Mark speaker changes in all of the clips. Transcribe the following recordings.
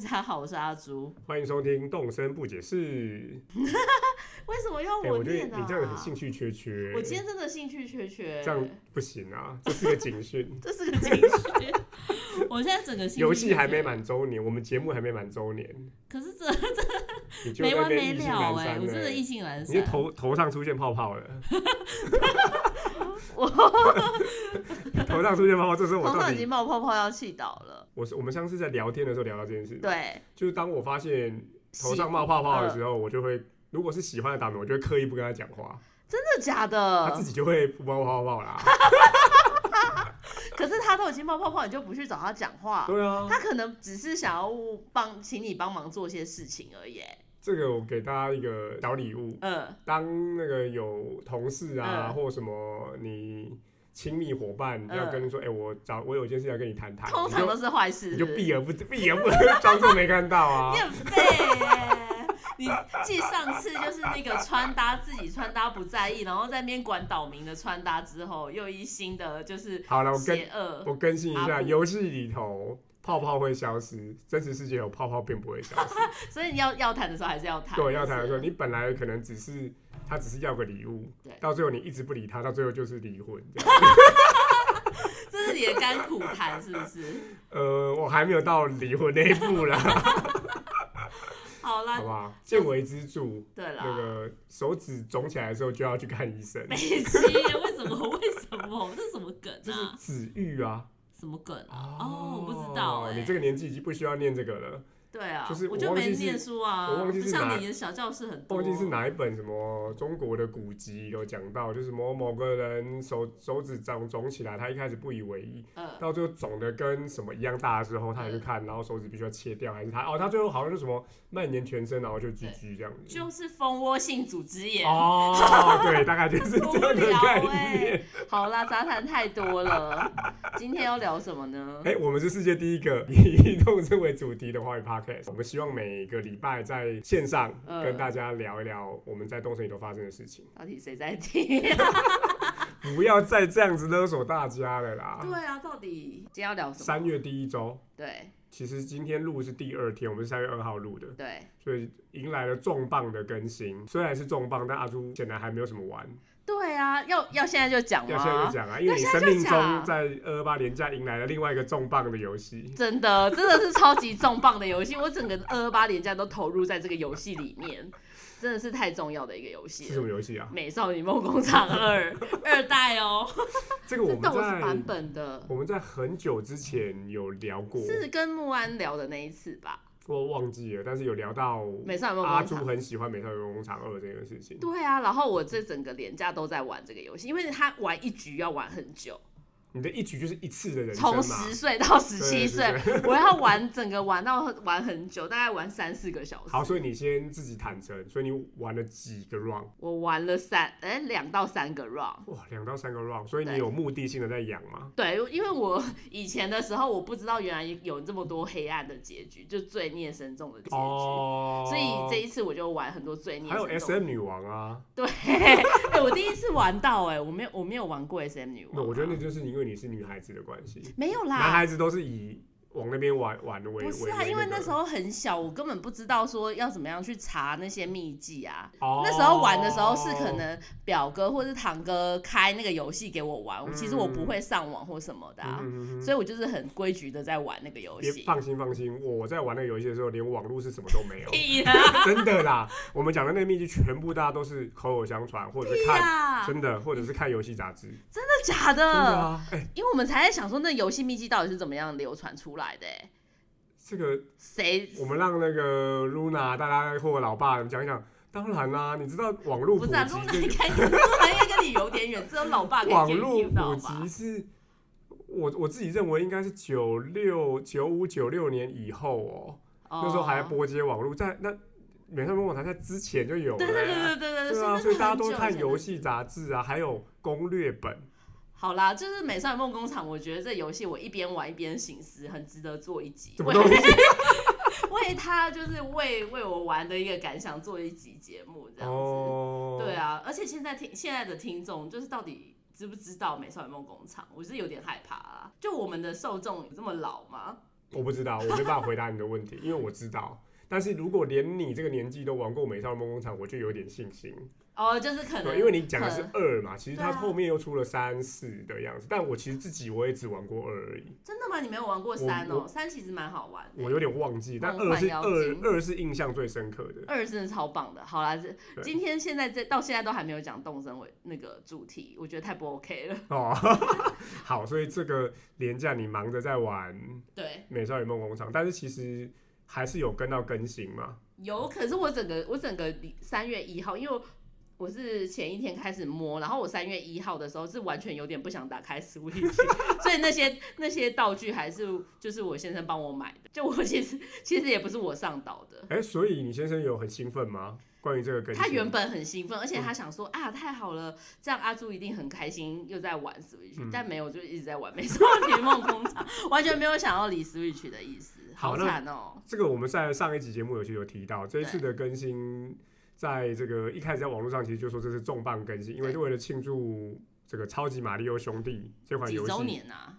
Speaker 1: 家好，我是阿朱。
Speaker 2: 欢迎收听《动声不解释》
Speaker 1: 为什么要
Speaker 2: 哎，我觉
Speaker 1: 哦念
Speaker 2: 得
Speaker 1: 呢、
Speaker 2: 你这样很兴趣缺缺。
Speaker 1: 我今天真的兴趣缺缺。。
Speaker 2: 这样不行啊，这是个警讯
Speaker 1: 这是个情绪。我现在整个兴趣缺缺
Speaker 2: 游戏还没，满周年，我们节目还没满周年，
Speaker 1: 可是这
Speaker 2: 你就
Speaker 1: 没
Speaker 2: 在那
Speaker 1: 完
Speaker 2: 边
Speaker 1: 没
Speaker 2: 意兴
Speaker 1: 了
Speaker 2: 阑
Speaker 1: 哎、
Speaker 2: 珊
Speaker 1: 我真的意
Speaker 2: 了。
Speaker 1: 兴阑
Speaker 2: 你的
Speaker 1: 珊。
Speaker 2: 头头上出现泡泡了，
Speaker 1: 我
Speaker 2: 头上出现泡泡，这是我
Speaker 1: 头
Speaker 2: 到
Speaker 1: 上已经
Speaker 2: 底，
Speaker 1: 冒泡泡要气倒了。
Speaker 2: 我是我们上次在聊天的时候聊到这件事，，
Speaker 1: 对，
Speaker 2: 就是当我发现头上
Speaker 1: 喜
Speaker 2: 冒泡泡的时候，我就会，如果是喜欢的党人，我就会刻意不跟他讲话，
Speaker 1: 真的假
Speaker 2: 他自
Speaker 1: 的？
Speaker 2: 己就会冒泡泡啦。
Speaker 1: 可是他都已经冒泡泡，你就不去找他讲话。
Speaker 2: 对啊，
Speaker 1: 他可能只是想要帮，请你帮忙做些事情而已欸。
Speaker 2: 这个我给大家一个小礼物，
Speaker 1: 嗯，
Speaker 2: 当那个有同事啊，
Speaker 1: 嗯
Speaker 2: 或什么你亲密伙伴
Speaker 1: 嗯
Speaker 2: 要跟你说，哎、我找我有一件事要跟你谈谈，
Speaker 1: 通
Speaker 2: 啊你
Speaker 1: 常
Speaker 2: 就
Speaker 1: 都是坏事。
Speaker 2: 你就是
Speaker 1: 不是
Speaker 2: 避而不避而不 装作没看到啊
Speaker 1: 你。很废耶、 你继上次就是那个穿搭自己穿搭不在意，然后在那边管岛民的穿搭之后，又一新的就是
Speaker 2: 好了，我更
Speaker 1: 邪恶。
Speaker 2: 我更新一
Speaker 1: 阿
Speaker 2: 下，
Speaker 1: 布
Speaker 2: 游戏里头泡泡会消失，真实世界有泡泡并不会消 失。
Speaker 1: 所以你要要谈的时候还是要谈。
Speaker 2: 对，要谈的时候，
Speaker 1: 就是
Speaker 2: 你
Speaker 1: 啊
Speaker 2: 本来可能只是他只是要个礼物
Speaker 1: 对，
Speaker 2: 到最后你一直不理他，到最后就是离婚这样。
Speaker 1: 这是你的甘苦谈，是不是？
Speaker 2: 呃，我还没有到离婚那一步啦，
Speaker 1: 好啦
Speaker 2: 好，不好？见微知著。
Speaker 1: 对啦，
Speaker 2: 那个手指肿起来的时候就要去看医 生，
Speaker 1: 北七耶，为什么？ 为什么？这是什么梗
Speaker 2: 就是
Speaker 1: 啊？
Speaker 2: 指欲啊。
Speaker 1: 什么梗啊？哦，我不知道哎、
Speaker 2: 你这个年纪已经不需要念这个了，
Speaker 1: 对啊，
Speaker 2: 就是
Speaker 1: 我
Speaker 2: 我
Speaker 1: 就
Speaker 2: 忘记
Speaker 1: 没
Speaker 2: 是
Speaker 1: 念书啊，
Speaker 2: 我忘记
Speaker 1: 不
Speaker 2: 是哪
Speaker 1: 像你的小教室很多。
Speaker 2: 忘记是哪一本什么中国的古籍有讲到，就是某某个人手手指长肿起来，他一开始不以为意，
Speaker 1: 呃，
Speaker 2: 到最后肿的跟什么一样大的时候，他才去看，然后手指必须要切掉，还是他哦，他最后好像就什么蔓延全身，然后就居居这样子。
Speaker 1: 就是蜂窝性组织炎。
Speaker 2: 哦，对，大概就是这样的概
Speaker 1: 无聊欸
Speaker 2: 念。
Speaker 1: 好啦，杂谈太多了，今天要聊什么呢？
Speaker 2: 哎、我们是世界第一个以动身为主题的华语 podcast。我们希望每个礼拜在线上
Speaker 1: 嗯
Speaker 2: 跟大家聊一聊我们在动身里头发生的事情，
Speaker 1: 到底谁在听？
Speaker 2: 不要再这样子勒索大家了啦。
Speaker 1: 对啊，到底今天要聊什么？
Speaker 2: 三月第一周，
Speaker 1: 对
Speaker 2: 其实今天录是第二天，我们是三月二号录的，
Speaker 1: 对
Speaker 2: 所以迎来了重磅的更新。虽然是重磅，但阿朱显然还没有什么玩，
Speaker 1: 对啊，要要现在就讲
Speaker 2: 要现在就
Speaker 1: 吗？
Speaker 2: 讲啊，因为你
Speaker 1: 要
Speaker 2: 生
Speaker 1: 现在就
Speaker 2: 命
Speaker 1: 讲
Speaker 2: 中在二二八年假迎来了另外一个重磅的游戏。
Speaker 1: 真的，真的是超级重磅的游戏，我整个二二八连假都投入在这个游戏里面，真的是太重要的一个游戏
Speaker 2: 是什
Speaker 1: 了。
Speaker 2: 么游戏啊？
Speaker 1: 美少女梦工厂二二代哦，
Speaker 2: 这个 我
Speaker 1: 这
Speaker 2: 们
Speaker 1: 动是
Speaker 2: 在
Speaker 1: 版本的，
Speaker 2: 我们在很久之前有聊过，
Speaker 1: 是跟木安聊的那一次吧？
Speaker 2: 我忘记了，但是有聊到
Speaker 1: 美少女梦
Speaker 2: 阿
Speaker 1: 工
Speaker 2: 朱
Speaker 1: 厂。
Speaker 2: 很喜欢《美少女梦工厂二》这个事情。
Speaker 1: 对啊，然后我这整个连假都在玩这个游戏，因为他玩一局要玩很久，
Speaker 2: 你的一局就是一次的人生
Speaker 1: 从
Speaker 2: 嘛，
Speaker 1: 十岁到十七岁
Speaker 2: 对，
Speaker 1: 我要玩整个玩到玩很久，大概玩三四个小时。
Speaker 2: 好，所以你先自己坦诚，所以你玩了几个 round？
Speaker 1: 我玩了三哎两到三个 round。
Speaker 2: 哇，两到三个 round，所以你
Speaker 1: 对
Speaker 2: 有目的性的在养吗？
Speaker 1: 对，因为我以前的时候我不知道原来有这么多黑暗的结局，就罪孽深重的结局。
Speaker 2: 哦，
Speaker 1: 所以这一次我就玩很多罪孽
Speaker 2: 还有
Speaker 1: 深重。
Speaker 2: SM 女王啊，
Speaker 1: 对，哎、我第一次玩到哎、我没有我没有玩过 SM 女王啊、
Speaker 2: 那我觉得那就是因为你是女孩子的关系，
Speaker 1: 没有啦，
Speaker 2: 男孩子都是以往那边玩玩为
Speaker 1: 不
Speaker 2: 为
Speaker 1: 是啊，因为那时
Speaker 2: 候
Speaker 1: 候很小，我根本不知道说要怎么样去查那些秘籍啊。
Speaker 2: 哦
Speaker 1: 那时候玩的时候是可能表哥或是堂哥开那个游戏给我玩，
Speaker 2: 嗯
Speaker 1: 其实我不会上网或什么的、啊，
Speaker 2: 嗯
Speaker 1: 所以我就是很规矩的在玩那个游
Speaker 2: 别
Speaker 1: 戏。
Speaker 2: 放心放心，我在玩那个游戏的时候，连网络是什么都没有。
Speaker 1: 屁啦！
Speaker 2: 真的啦，我们讲的那个秘籍全部大家都是口口相传，或者是
Speaker 1: 屁 嗯
Speaker 2: 看
Speaker 1: 啦！真
Speaker 2: 真的，或者是看游戏杂志。真
Speaker 1: 的假
Speaker 2: 的
Speaker 1: 的？
Speaker 2: 啊，哎、
Speaker 1: 因为我们才在想说，那游戏秘籍到底是怎么样流传出来的、欸？
Speaker 2: 这个
Speaker 1: 谁
Speaker 2: 我们让那个 Luna 大家或老爸讲一讲。当然啦、你知道网络
Speaker 1: 不
Speaker 2: 普
Speaker 1: 是啊？陆南
Speaker 2: 及
Speaker 1: 应
Speaker 2: 就
Speaker 1: 该，陆南应该跟你有点远，只有老爸可以
Speaker 2: 网
Speaker 1: 给
Speaker 2: 络
Speaker 1: 你到
Speaker 2: 普
Speaker 1: 吧
Speaker 2: 及？是。我我自己认为应该是九六九五九六年以后哦、那时候还
Speaker 1: 哦
Speaker 2: 拨接网络，在那美少女梦舞台在之前就有了、
Speaker 1: 对对对对对对，
Speaker 2: 对啊，
Speaker 1: 那
Speaker 2: 所以
Speaker 1: 是
Speaker 2: 大家
Speaker 1: 呃很
Speaker 2: 都
Speaker 1: 久以
Speaker 2: 看
Speaker 1: 前
Speaker 2: 游
Speaker 1: 的
Speaker 2: 戏杂志啊，还有攻略本。
Speaker 1: 好啦，就是《美少女梦工厂》，我觉得这游戏我一边玩一边醒思，很值得做一集。
Speaker 2: 怎么
Speaker 1: 为
Speaker 2: 东西？
Speaker 1: 为他就是为为我玩的一个感想做一集节目这样子。
Speaker 2: 哦，
Speaker 1: 对，啊，而且现在听现在的听众就是到底啊知不知道《美少女梦工厂》，我是有点害怕啦。就我们的受众有这么老吗？
Speaker 2: 我不知道，我没办法回答你的问题，因为我知道。但是如果连你这个年纪都玩过《美少女梦工厂》，我就有点信心。
Speaker 1: 哦，就是可能
Speaker 2: 对，因为你讲的是
Speaker 1: 可
Speaker 2: 二嘛，其实它
Speaker 1: 对啊
Speaker 2: 后面又出了三四的样子。但我其实自己我也只玩过二而已，
Speaker 1: 真的吗？你没有玩过三
Speaker 2: 我
Speaker 1: 哦，三其实蛮好玩的。
Speaker 2: 我有点忘记。但
Speaker 1: 梦
Speaker 2: 二
Speaker 1: 幻
Speaker 2: 是
Speaker 1: 妖
Speaker 2: 二
Speaker 1: 精
Speaker 2: 二是印象最深刻的。
Speaker 1: 二真的超棒的，好啦，这
Speaker 2: 对
Speaker 1: 今天现在这到现在都还没有讲动身为那个主题，我觉得太不 OK 了。
Speaker 2: 哦， 好，所以这个廉价你忙着在玩《
Speaker 1: 对，
Speaker 2: 美少女梦工厂》，但是其实还是有跟到更新嘛。
Speaker 1: 有，可是我整个我整个三月一号，因为我是前一天开始摸，然后我三月一号的时候是完全有点不想打开 Switch，所以 那些那些道具还是就是我先生帮我买的，就我其实其实也不是我上岛的。
Speaker 2: 哎、所以你先生有很兴奋吗？关于这个更新，
Speaker 1: 他原本很兴奋，而
Speaker 2: 嗯
Speaker 1: 且他想说、啊，太好了，这样阿朱一定很开心，又在玩 Switch，、
Speaker 2: 嗯
Speaker 1: 但没有，就一直在玩《美少女梦工厂》， 完全没有想要理 Switch 的意思，
Speaker 2: 好
Speaker 1: 好
Speaker 2: 那
Speaker 1: 惨哦、
Speaker 2: 这个我们在上一集节目有就有提到，这一次的更新，在这个一开始在网络上其实就说这是重磅更新，因为是为了庆祝这个《超级马里奥兄弟》这款
Speaker 1: 几
Speaker 2: 游
Speaker 1: 周
Speaker 2: 戏，
Speaker 1: 年啊？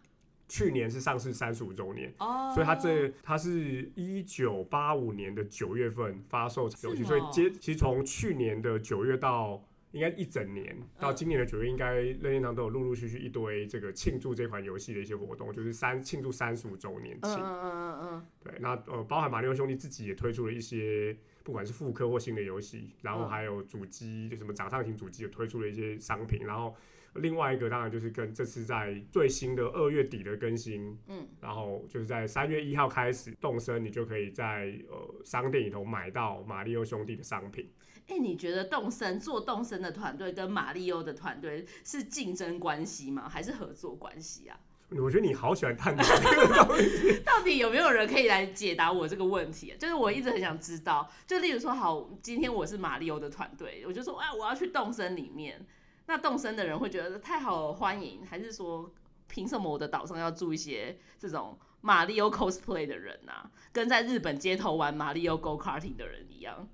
Speaker 2: 去年是上市三十五周年。
Speaker 1: 哦，
Speaker 2: 所以它这它是一九八五年的九月份发售游戏，
Speaker 1: 是哦
Speaker 2: 所以接其实从去年的九月到应该一整年到今年的九月，应该任天堂都有陆陆续续一堆这个庆祝这款游戏的一些活动，就是三庆祝三十五周年
Speaker 1: 嗯
Speaker 2: 庆。
Speaker 1: 嗯嗯嗯嗯，
Speaker 2: 对，那呃，包含马里奥兄弟自己也推出了一些，不管是复刻或新的游戏，然后
Speaker 1: 嗯
Speaker 2: 还有主机，就什么掌上型主机也推出了一些商品，然后另外一个当然就是跟这次在最新的二月底的更新，
Speaker 1: 嗯，
Speaker 2: 然后就是在三月一号开始动身，你就可以在呃商店里头买到马里奥兄弟的商品。
Speaker 1: 哎、你觉得动森做动森的团队跟马里欧的团队是竞争关系吗？还是合作关系啊？
Speaker 2: 我觉得你好喜欢探讨这个东西，
Speaker 1: 到底有没有人可以来解答我这个问题、啊？就是我一直很想知道，就例如说，好，今天我是马里欧的团队，我就说，哎，我要去动森里面。那动森的人会觉得太好欢迎，还是说，凭什么我的岛上要住一些这种马里欧 cosplay 的人啊？跟在日本街头玩马里欧 go karting 的人一样？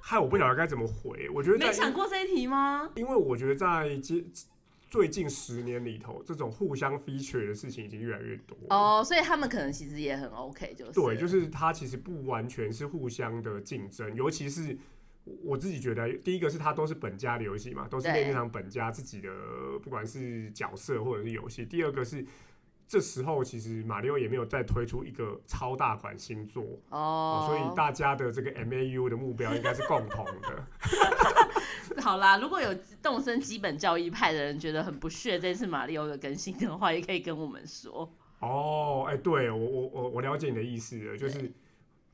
Speaker 2: 害我不晓得该怎么回。我觉得
Speaker 1: 没
Speaker 2: 在
Speaker 1: 想过这一题吗？
Speaker 2: 因为我觉得在接最近十年里头，这种互相 feature 的事情已经越来越多。
Speaker 1: 哦，所以他们可能其实也很 OK，就是
Speaker 2: 对，就是是它其实不完全是互相的竞争，尤其是我我自己觉得，第一个是它都是本家的游戏嘛，都是
Speaker 1: 对
Speaker 2: 任天堂本家自己的，不管是角色或者是游戏。第二个是这时候其实马里奥也没有再推出一个超大款新作。
Speaker 1: 哦，
Speaker 2: 所以大家的这个 MAU 的目标应该是共同的，
Speaker 1: 好啦，如果有动身基本教义派的人觉得很不屑这次马里奥的更新的话，也可以跟我们说。
Speaker 2: 哦，哎、对我我我我了解你的意思了，就是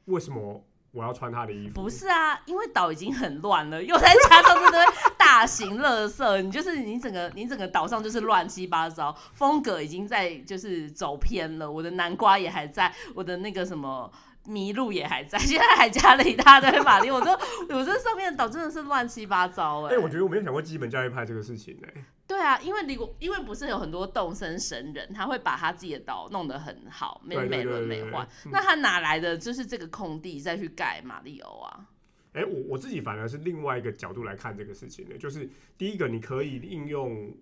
Speaker 2: 为什么我要穿他的衣服？
Speaker 1: 不是啊，因为岛已经很乱了，又再加上这堆大型垃圾，你就是你整个你整个岛上就是乱七八糟，风格已经在就是走偏了。我的南瓜也还在，我的那个什么。麋鹿也还在，现在还加了一大堆马里，我这我这上面的岛真的是乱七八糟哎、
Speaker 2: 哎、我觉得我没有想过基本教育派这个事情呢、
Speaker 1: 对啊，因为你因为不是有很多动身神人，他会把他自己的岛弄得很好，美
Speaker 2: 对对
Speaker 1: 美
Speaker 2: 对对
Speaker 1: 轮美
Speaker 2: 对
Speaker 1: 奂
Speaker 2: 嗯。
Speaker 1: 那他哪来的就是这个空地再去盖马里欧啊？
Speaker 2: 哎、我我自己反而是另外一个角度来看这个事情的，就是第一个，你可以应用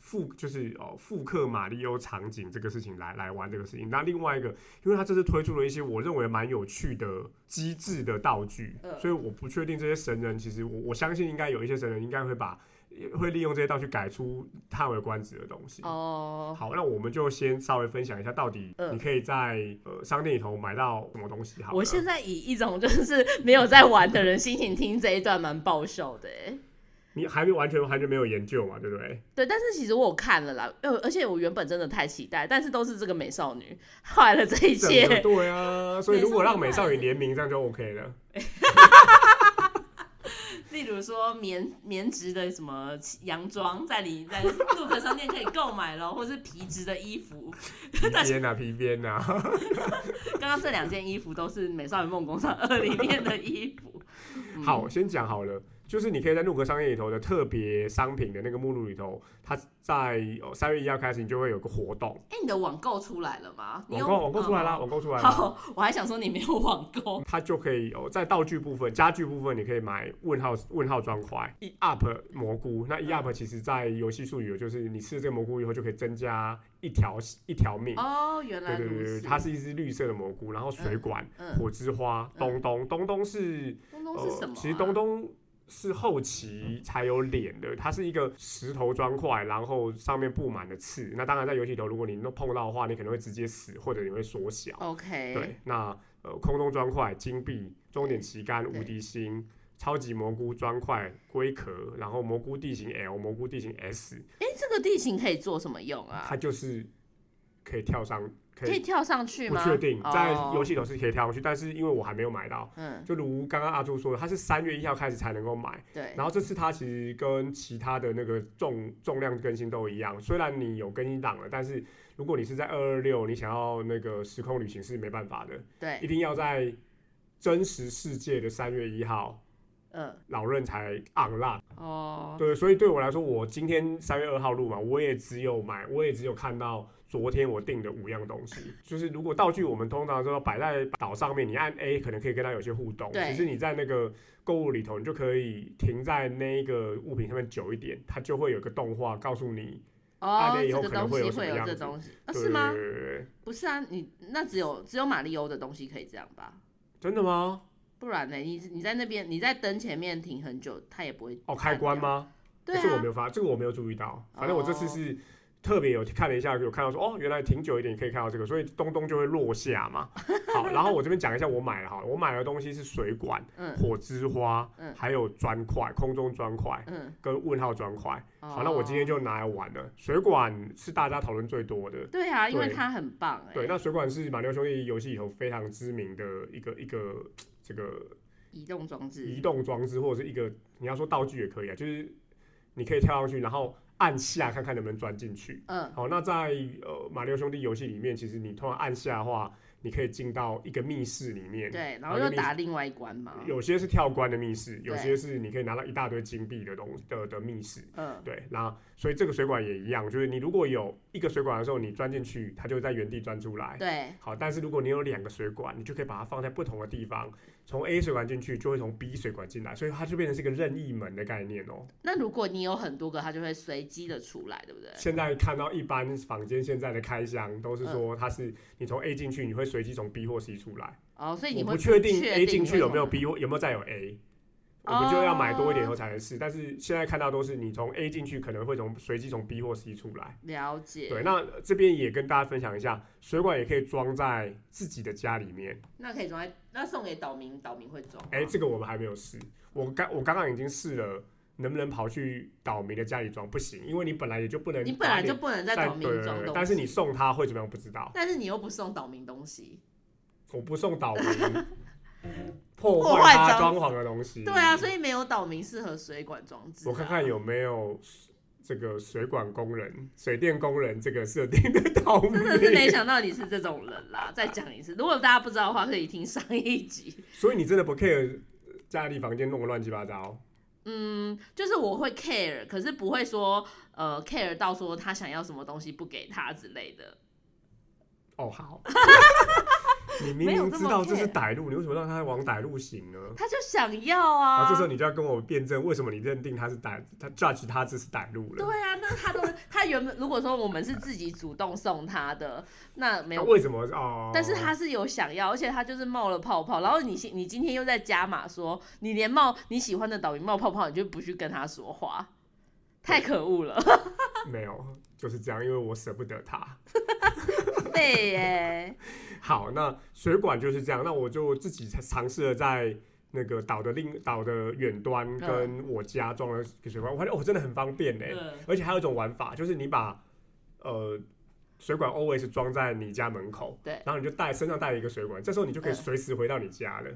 Speaker 2: 复，就是哦复刻马里欧场景这个事情来来玩这个事情。那另外一个，因为它这次推出了一些我认为蛮有趣的机制的道具，
Speaker 1: 嗯
Speaker 2: 所以我不确定这些神人，其实我我相信应该有一些神人应该会把会利用这些道具改出叹为观止的东西。
Speaker 1: 哦，
Speaker 2: 好，那我们就先稍微分享一下，到底
Speaker 1: 嗯
Speaker 2: 你可以在、呃商店里头买到什么东西好了。
Speaker 1: 我现在以一种就是没有在玩的人心情听这一段，蛮爆笑的哎、
Speaker 2: 你还没完全完全没有研究嘛，对不对？
Speaker 1: 对，但是其实我有看了啦，呃，而且我原本真的太期待，但是都是这个美少女坏了这一
Speaker 2: 整个
Speaker 1: 切。
Speaker 2: 对啊，所以
Speaker 1: 美
Speaker 2: 如果
Speaker 1: 少
Speaker 2: 让
Speaker 1: 女
Speaker 2: 美
Speaker 1: 派
Speaker 2: 少女联名，这样就 OK 了。
Speaker 1: 例如说棉棉质的什么洋装，在你在 l o o 商店可以购买咯，或是皮质的衣服，
Speaker 2: 皮 鞭啊，皮鞭啊，
Speaker 1: 刚刚这两件衣服都是《美少女梦工厂二》里面的衣服。
Speaker 2: 好，先讲好了，就是你可以在入格商业里头的特别商品的那个目录里头，它在哦三、月一号开始，你就会有个活动，
Speaker 1: 哎、你的网购出来了吗？
Speaker 2: 网
Speaker 1: 你有
Speaker 2: 购网购出来啦，
Speaker 1: 嗯
Speaker 2: 网购出来啦，
Speaker 1: 好，我还想说你没有网购，
Speaker 2: 它就可以哦，在道具部分、家具部分，你可以买问号问号砖块
Speaker 1: 嗯
Speaker 2: 一 up 蘑菇。那一 up 其实在游戏术语就是你吃了这个蘑菇以后就可以增加一条一条命。
Speaker 1: 哦，原
Speaker 2: 对
Speaker 1: 来
Speaker 2: 嗯对
Speaker 1: 如
Speaker 2: 对对，
Speaker 1: 此。
Speaker 2: 它是一只绿色的蘑菇，然后水管、
Speaker 1: 嗯，
Speaker 2: 火之花、东东，东东是呃
Speaker 1: 东东是什么、啊
Speaker 2: 其实东东是后期才有脸的，它是一个石头砖块，然后上面布满了刺。那当然在游戏里头，如果你弄碰到的话，你可能会直接死，或者你会缩小。
Speaker 1: 哦 OK，
Speaker 2: 对，那呃，空中砖块、金币、终点旗杆、
Speaker 1: 对
Speaker 2: 无敌星、超级蘑菇砖块、龟壳，然后蘑菇地形 L、蘑菇地形 S，
Speaker 1: 哎、这个地形可以做什么用啊？
Speaker 2: 它就是可以跳上，可
Speaker 1: 可以
Speaker 2: 以
Speaker 1: 跳上去
Speaker 2: 不
Speaker 1: 吗？哦
Speaker 2: 确定，在游
Speaker 1: 戏，
Speaker 2: 戏里头是可以跳上去，但是因为我还没有买到。
Speaker 1: 嗯，
Speaker 2: 就如刚刚阿朱说的，它是三月一号开始才能够买，
Speaker 1: 对，
Speaker 2: 然后这次它其实跟其他的那个重重量更新都一样，虽然你有更新档了，但是如果你是在二二六，你想要那个时空旅行是没办法的，一
Speaker 1: 对，
Speaker 2: 定要在真实世界的三月一号，
Speaker 1: 嗯，
Speaker 2: 老任才 unlock。
Speaker 1: 哦，
Speaker 2: 对，所以对我来说，我今天三月二号录嘛，我也只有买，我也只有看到昨天我订的五样东西。就是如果道具我们通常说摆在岛上面，你按 A 可能可以跟它有些互动，
Speaker 1: 对
Speaker 2: 只是你在那个购物里头，你就可以停在那一个物品上面久一点，它就会有个动画告诉你。
Speaker 1: 哦，
Speaker 2: 那以
Speaker 1: 这
Speaker 2: 后
Speaker 1: 个
Speaker 2: 可能
Speaker 1: 东
Speaker 2: 会有
Speaker 1: 西
Speaker 2: 什么
Speaker 1: 会有
Speaker 2: 样
Speaker 1: 这
Speaker 2: 子
Speaker 1: 东西啊？
Speaker 2: 对
Speaker 1: 是吗？
Speaker 2: 对对对对
Speaker 1: 不是啊，你那只有只有马里欧的东西可以这样吧？
Speaker 2: 真的吗？
Speaker 1: 不然呢？你你在那边你在灯前面停很久，它也不会
Speaker 2: 哦，开关吗？
Speaker 1: 对
Speaker 2: 这个我没
Speaker 1: 啊，哦
Speaker 2: 有发，这个我没有注意到。反正我这次是特别有看了一下，有看到说哦，原来挺久一点可以看到这个，所以东东就会落下 嘛。好，然后我这边讲一下我买了哈，我买的东西是水管、
Speaker 1: 嗯
Speaker 2: 火之花，
Speaker 1: 嗯
Speaker 2: 还有砖块、空中砖块
Speaker 1: 嗯，
Speaker 2: 跟问号砖块。好，
Speaker 1: 哦
Speaker 2: 那我今天就拿来玩了。水管是大家讨论最多的。
Speaker 1: 对啊，因为
Speaker 2: 对
Speaker 1: 它很棒哎，
Speaker 2: 对，那水管是马六兄弟游戏里头非常知名的一个一个这个
Speaker 1: 移动装
Speaker 2: 移
Speaker 1: 置，
Speaker 2: 动装置或者是一个你要说道具也可以啊，就是你可以跳上去，然后按下看看能不能钻进去。
Speaker 1: 嗯
Speaker 2: 好，那在呃马里奥兄弟游戏里面，其实你通常按下的话，你可以进到一个密室里面。
Speaker 1: 对，然
Speaker 2: 好
Speaker 1: 后
Speaker 2: 那
Speaker 1: 又
Speaker 2: 你
Speaker 1: 打另外一关嘛，
Speaker 2: 有些是跳关的密室，有
Speaker 1: 对
Speaker 2: 些是你可以拿到一大堆金币的东的的密室。
Speaker 1: 嗯
Speaker 2: 对，那所以这个水管也一样，就是你如果有一个水管的时候，你钻进去，它就会在原地钻出来。
Speaker 1: 对，
Speaker 2: 好，但是如果你有两个水管，你就可以把它放在不同的地方，从 A 水管进去，就会从 B 水管进来，所以它就变成是一个任意门的概念哦。
Speaker 1: 那如果你有很多个，它就会随机的出来，对不对？
Speaker 2: 现在看到一般房间现在的开箱都是
Speaker 1: 嗯
Speaker 2: 说它是你从 A 进去，你会随机从 B 或 C 出来，
Speaker 1: 哦，所以
Speaker 2: 我
Speaker 1: 你会
Speaker 2: 不确定 A
Speaker 1: 确定
Speaker 2: 进去有没有
Speaker 1: 会
Speaker 2: B 或有没有再有 A。我
Speaker 1: 哦
Speaker 2: 们就要买多一点以后才能试但是现在看到都是你从 A 进去，可能会从随机从 B 或 C 出来。
Speaker 1: 从了解，
Speaker 2: 对，那这边也跟大家分享一下，水管也可以装在自己的家里面。
Speaker 1: 那可以装在那送给岛民，岛民会装吗。
Speaker 2: 哎、这个我们还没有试。我刚我刚刚已经试了，能不能跑去岛民的家里装？不行，因为你本来也就不能，
Speaker 1: 你本来就不能在
Speaker 2: 在
Speaker 1: 岛民
Speaker 2: 对对
Speaker 1: 装
Speaker 2: 对
Speaker 1: 东西，
Speaker 2: 但是你送他会怎么样？不知道。
Speaker 1: 但是你又不送岛民东西，
Speaker 2: 我不送 岛民破
Speaker 1: 破
Speaker 2: 坏
Speaker 1: 坏
Speaker 2: 他
Speaker 1: 装
Speaker 2: 装潢的东西。
Speaker 1: 对啊，所以没有岛民适合水管装
Speaker 2: 嗯
Speaker 1: 置啊、
Speaker 2: 我看看有没有这个水管工人、水电工人这个设定的岛民
Speaker 1: 真。的是没想到你是这种人啦！再讲一次，如果大家不知道的话，可以听上一集。
Speaker 2: 所以你真的不 care 家里房间弄得乱七八糟？
Speaker 1: 嗯，就是我会 care，可是不会说呃 care 到说他想要什么东西不给他之类的。
Speaker 2: 哦， 好。你明
Speaker 1: 没有
Speaker 2: 明
Speaker 1: 这
Speaker 2: 知
Speaker 1: 么
Speaker 2: 道这是
Speaker 1: care
Speaker 2: 歹路，你为什么让他往歹路行呢？
Speaker 1: 他就想要啊，
Speaker 2: 啊，这时候你就要跟我辩证，为什么你认定他是歹，他 judge 他这是歹路了？
Speaker 1: 对啊，那他都他原本如果说我们是自己主动送他的，那没
Speaker 2: 那
Speaker 1: 有
Speaker 2: 为什么哦？
Speaker 1: 但是他是有想要，而且他就是冒了泡泡，然后你今你今天又在加码说，你连冒你喜欢的岛民冒泡泡，你就不去跟他说话，太可恶了，
Speaker 2: 没有，就是这样，因为我舍不得他。
Speaker 1: 对耶，
Speaker 2: 好，那水管就是这样，那我就自己尝试了在那个岛的另岛的远端跟我家装了一个水管，我发现哦，真的很方便呢。
Speaker 1: 嗯
Speaker 2: 而且还有一种玩法，就是你把呃水管 always 装在你家门口，
Speaker 1: 对
Speaker 2: 然后你就带身上带一个水管，这时候你就可以
Speaker 1: 嗯
Speaker 2: 随时回到你家了。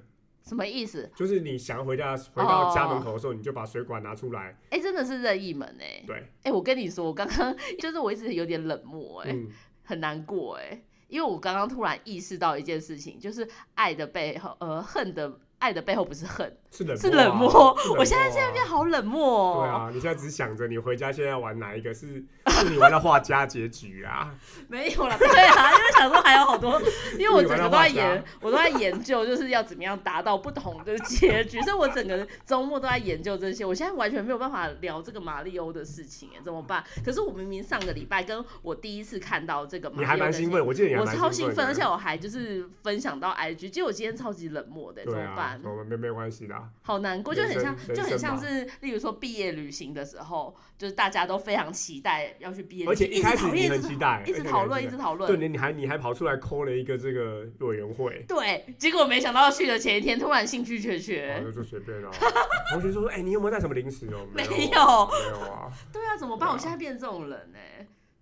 Speaker 1: 什么意思？
Speaker 2: 就是你想要回家回到家
Speaker 1: 哦
Speaker 2: 门口的时候，你就把水管拿出来，
Speaker 1: 哎、真的是任意门哎、
Speaker 2: 对，
Speaker 1: 哎、我跟你说，我刚刚 就是我一直有点冷漠哎、
Speaker 2: 嗯。
Speaker 1: 很难过哎、因为我刚刚突然意识到一件事情，就是爱的背后，呃，恨的。爱的背后不是恨，
Speaker 2: 是冷
Speaker 1: 是
Speaker 2: 漠啊
Speaker 1: 冷漠
Speaker 2: 是。
Speaker 1: 我现在
Speaker 2: 啊
Speaker 1: 现在变好冷漠、
Speaker 2: 对
Speaker 1: 哦，
Speaker 2: 啊，你现在只想着你回家现在玩哪一个是是你玩到画家结局 啊？
Speaker 1: 没有了，对啊，因为想说还有 好多，因为我整个都在
Speaker 2: 你玩到
Speaker 1: 研，我都在研究就是要怎么样达到不同的结局，所以我整个周末都在研究这些。我现在完全没有办法聊这个马里欧的事情，哎，怎么办？可是我明明上个礼拜跟我第一次看到这个马
Speaker 2: 你
Speaker 1: 里欧
Speaker 2: 还蛮
Speaker 1: 的事
Speaker 2: 兴
Speaker 1: 情，
Speaker 2: 奋，我记得你还
Speaker 1: 我
Speaker 2: 蛮
Speaker 1: 超兴
Speaker 2: 奋
Speaker 1: 奋，
Speaker 2: 的，
Speaker 1: 而且我还就是分享到 IG，结果我今天超级冷漠的，怎
Speaker 2: 对
Speaker 1: 么
Speaker 2: 啊
Speaker 1: 办，？
Speaker 2: 我们没没关系啦。
Speaker 1: 好难过，就
Speaker 2: 人
Speaker 1: 很像，
Speaker 2: 生
Speaker 1: 就很
Speaker 2: 人生
Speaker 1: 像
Speaker 2: 吧
Speaker 1: 是，例如说毕业旅行的时候，就是大家都非常期待要去毕业旅
Speaker 2: 而且
Speaker 1: 行，
Speaker 2: 一开始
Speaker 1: 直讨
Speaker 2: 你
Speaker 1: 论
Speaker 2: 很期待，
Speaker 1: 一直讨论，一直
Speaker 2: 直
Speaker 1: 讨
Speaker 2: 对，
Speaker 1: 论。
Speaker 2: 你你还你还跑出来抠了一个这个委员 会，
Speaker 1: 对，结果没想到去的前一天突然兴趣缺缺
Speaker 2: 然，后就随便啊。 同学就说：“哎，你有没有带什么零食哦？”
Speaker 1: 没
Speaker 2: 有，
Speaker 1: 有
Speaker 2: 没有啊。
Speaker 1: 对啊，怎么办？
Speaker 2: 对啊
Speaker 1: 我现在变这种人呢、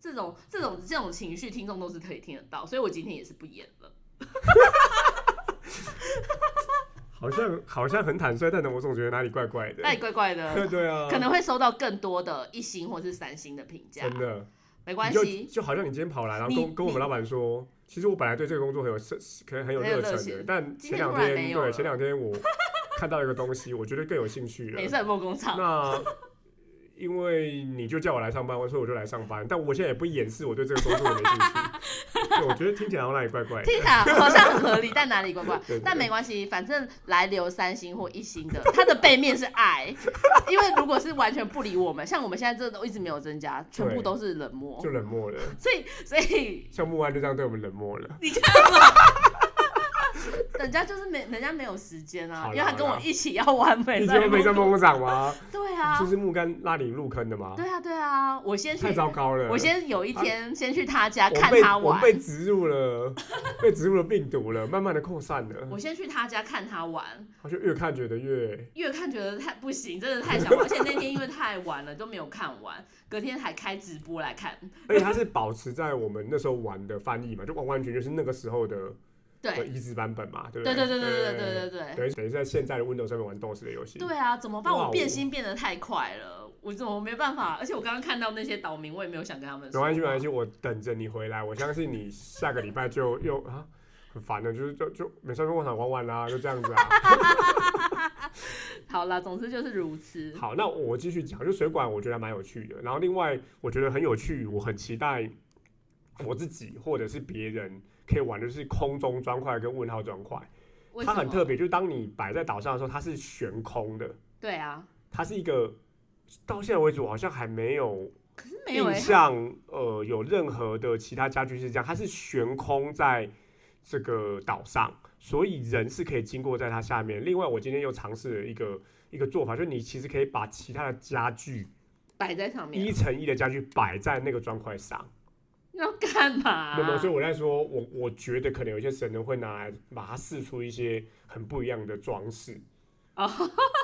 Speaker 1: 这种这种这种情绪，听众都是可以听得到，所以我今天也是不演了。
Speaker 2: 好像好像很坦率，但我总觉得哪里怪怪的
Speaker 1: 那。也怪怪 的，
Speaker 2: 对啊，
Speaker 1: 可能会收到更多的一星或是三星的评价
Speaker 2: 真，的
Speaker 1: 没关
Speaker 2: 你就
Speaker 1: 系。
Speaker 2: 就好像你今天跑来，然后
Speaker 1: 你
Speaker 2: 跟跟我们
Speaker 1: 你
Speaker 2: 老板说，其实我本来对这个工作很有热，可能很有
Speaker 1: 很有
Speaker 2: 热
Speaker 1: 热
Speaker 2: 忱的
Speaker 1: 情，
Speaker 2: 但
Speaker 1: 今
Speaker 2: 前
Speaker 1: 天
Speaker 2: 两
Speaker 1: 突然
Speaker 2: 天
Speaker 1: 没有
Speaker 2: 对
Speaker 1: 了
Speaker 2: 前两天我看到一个东西，我觉得更有兴趣了
Speaker 1: 美。色梦工厂，
Speaker 2: 那因为你就叫我来上班，所以我就来上班。但我现在也不掩饰我对这个工作的没兴趣。对，我觉得听起来好像哪里怪怪的。
Speaker 1: 听起来好像很合理，但哪里怪怪
Speaker 2: 对对。
Speaker 1: 但没关系，反正来留三星或一星的，它的背面是爱，因为如果是完全不理我们，像我们现在这都一直没有增加，全部都是冷漠
Speaker 2: 就，冷漠了，
Speaker 1: 所以所以
Speaker 2: 像木安就这样对我们冷漠了。
Speaker 1: 你看嘛。人家就是没，人家没有时间
Speaker 2: 好
Speaker 1: 啊，
Speaker 2: 啦
Speaker 1: 因为他跟
Speaker 2: 好
Speaker 1: 我
Speaker 2: 啦
Speaker 1: 一起要完美
Speaker 2: 你
Speaker 1: 在
Speaker 2: 觉得没在梦
Speaker 1: 梦
Speaker 2: 工厂吗？
Speaker 1: 对啊
Speaker 2: 就，是木干拉你入坑的吗？
Speaker 1: 对啊，对啊，我先
Speaker 2: 太
Speaker 1: 去，
Speaker 2: 糟糕了！
Speaker 1: 我先有一天先去他家
Speaker 2: 我
Speaker 1: 啊看
Speaker 2: 被
Speaker 1: 他
Speaker 2: 我
Speaker 1: 玩，
Speaker 2: 被植入了， 被植入了病毒了，慢慢的扩散了，
Speaker 1: 我先去他家看他玩，
Speaker 2: 好像越看觉得越
Speaker 1: 越看觉得太不行，真的太想玩，而且那天因为太晚了都没有看完，隔天还开直播来看。
Speaker 2: 而且它是保持在我们那时候玩的翻译嘛，就完完全全是那个时候的的
Speaker 1: 对，
Speaker 2: 移植版本嘛，对不
Speaker 1: 对对
Speaker 2: 对
Speaker 1: 对对对对
Speaker 2: 对
Speaker 1: 对对
Speaker 2: 等于等于在现在的 Windows 上面玩动视的游戏，
Speaker 1: 对啊！怎么办？
Speaker 2: 哇
Speaker 1: 我变心变得太快了，我怎么没办法？而且我刚刚看到那些岛民，我也没有想跟他们
Speaker 2: 没
Speaker 1: 说话。
Speaker 2: 关系没关系，我等着你回来，我相信你下个礼拜就又啊很烦的，就是就就美少女工厂玩完啦、就这样子啊。
Speaker 1: 好啦，总之就是如此。
Speaker 2: 好，那我继续讲，就水管我觉得还蛮有趣的，然后另外我觉得很有趣，我很期待我自己或者是别人可以玩的是空中砖块跟问号砖块，
Speaker 1: 为
Speaker 2: 它
Speaker 1: 什
Speaker 2: 很
Speaker 1: 么？
Speaker 2: 特别，就是当你摆在岛上的时候，它是悬空的，
Speaker 1: 对啊，
Speaker 2: 它是一个到现在为止我好像还没有
Speaker 1: 可是没有
Speaker 2: 印
Speaker 1: 哎、
Speaker 2: 象，呃，有任何的其他家具是这样，它是悬空在这个岛上，所以人是可以经过在它下面。另外，我今天又尝试了一个一个做法，就是你其实可以把其他的家具
Speaker 1: 摆在上面
Speaker 2: 一乘一的家具摆在那个砖块上，
Speaker 1: 要干嘛、啊
Speaker 2: 那么所以我在说，我我觉得可能有些神人会拿来把它试出一些很不一样的装饰。
Speaker 1: 哦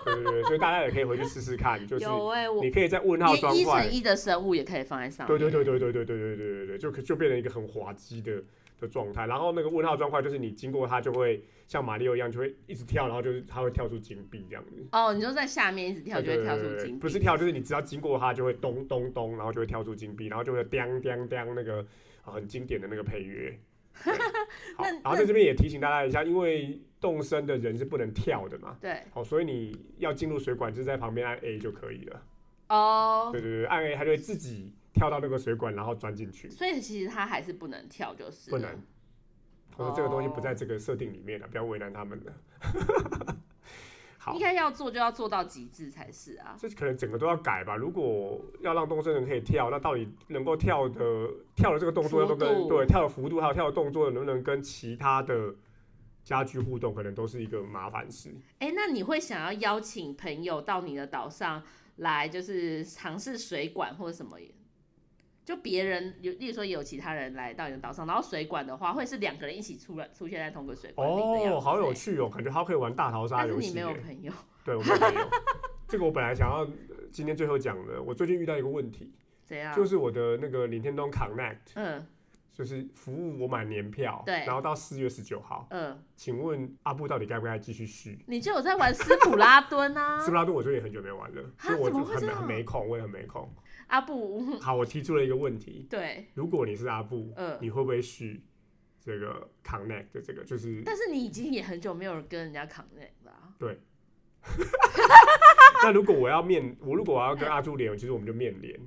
Speaker 2: 对对对，所以大家也可以回去试试看，就是
Speaker 1: 有哎、我
Speaker 2: 你可以在问号砖
Speaker 1: 一一
Speaker 2: 块
Speaker 1: 乘，一的生物也可以放在上面。
Speaker 2: 对对对对对对对对对对对，就可就变成一个很滑稽的的状态。然后那个问号砖块就是你经过它就会像马里奥一样，就会一直跳，然后就是它会跳出金币这样子。
Speaker 1: 哦，你就在下面一直跳，就
Speaker 2: 对
Speaker 1: 会
Speaker 2: 对
Speaker 1: 跳
Speaker 2: 对
Speaker 1: 出
Speaker 2: 对
Speaker 1: 金币。
Speaker 2: 不是跳，就是你只要经过它就会咚咚咚，然后就会跳出金币，然后就会叮叮叮那个、啊很经典的那个配乐。 对好，
Speaker 1: 那
Speaker 2: 然后在这边也提醒大家一下，因为动身的人是不能跳的嘛，
Speaker 1: 对
Speaker 2: 好，所以你要进入水管就是在旁边按 A 就可以了。
Speaker 1: 哦，
Speaker 2: 对对对，按 A 它就会自己跳到那个水管，然后钻进去。
Speaker 1: 所以其实它还是不能跳，就是
Speaker 2: 不
Speaker 1: 了
Speaker 2: 能。我说这个东西不
Speaker 1: 哦
Speaker 2: 在这个设定里面了，不要为难他们了。 好
Speaker 1: 应，该要做就要做到极致才是啊。
Speaker 2: 这可能整个都要改吧。如果要让动身人可以跳，那到底能够跳的跳的这个动作要
Speaker 1: 幅
Speaker 2: 不跟
Speaker 1: 度
Speaker 2: 对跳的幅度还有跳的动作能不能跟其他的家居互动，可能都是一个麻烦事。
Speaker 1: 哎、那你会想要邀请朋友到你的岛上来，就是尝试水管或者什么？就别人有，例如说有其他人来到你的岛上，然后水管的话，会是两个人一起出来出现在同个水管里的样
Speaker 2: 哦，
Speaker 1: 子
Speaker 2: 好有
Speaker 1: 欸！
Speaker 2: 趣哦，感觉他可以玩大逃杀
Speaker 1: 但是
Speaker 2: 游
Speaker 1: 你
Speaker 2: 戏
Speaker 1: 没
Speaker 2: 耶。
Speaker 1: 有朋友，
Speaker 2: 对，我们 没有。这个我本来想要呃今天最后讲的，我最近遇到一个问题，
Speaker 1: 怎样？
Speaker 2: 就是我的那个任天堂 Connect。
Speaker 1: 嗯
Speaker 2: 就是服务我买年票，
Speaker 1: 对
Speaker 2: 然后到四月十九号，
Speaker 1: 嗯，
Speaker 2: 请问阿布到底该不该继续续？
Speaker 1: 你就有在玩斯普拉敦啊
Speaker 2: 斯？布拉顿我最近也很久没玩了，
Speaker 1: 啊
Speaker 2: 所以我
Speaker 1: 怎
Speaker 2: 就
Speaker 1: 么会
Speaker 2: 很
Speaker 1: 这
Speaker 2: 没
Speaker 1: 样嗯
Speaker 2: 很没空，我也很没空。
Speaker 1: 阿布，
Speaker 2: 好，我提出了一个问题：
Speaker 1: 对，
Speaker 2: 如果你是阿布，
Speaker 1: 嗯
Speaker 2: 你会不会续？这个 connect 的这个，就是
Speaker 1: 但是你已经也很久没有跟人家 connect 了啊、
Speaker 2: 那如果我要面，我如果我要跟阿朱连，其实我们就面连，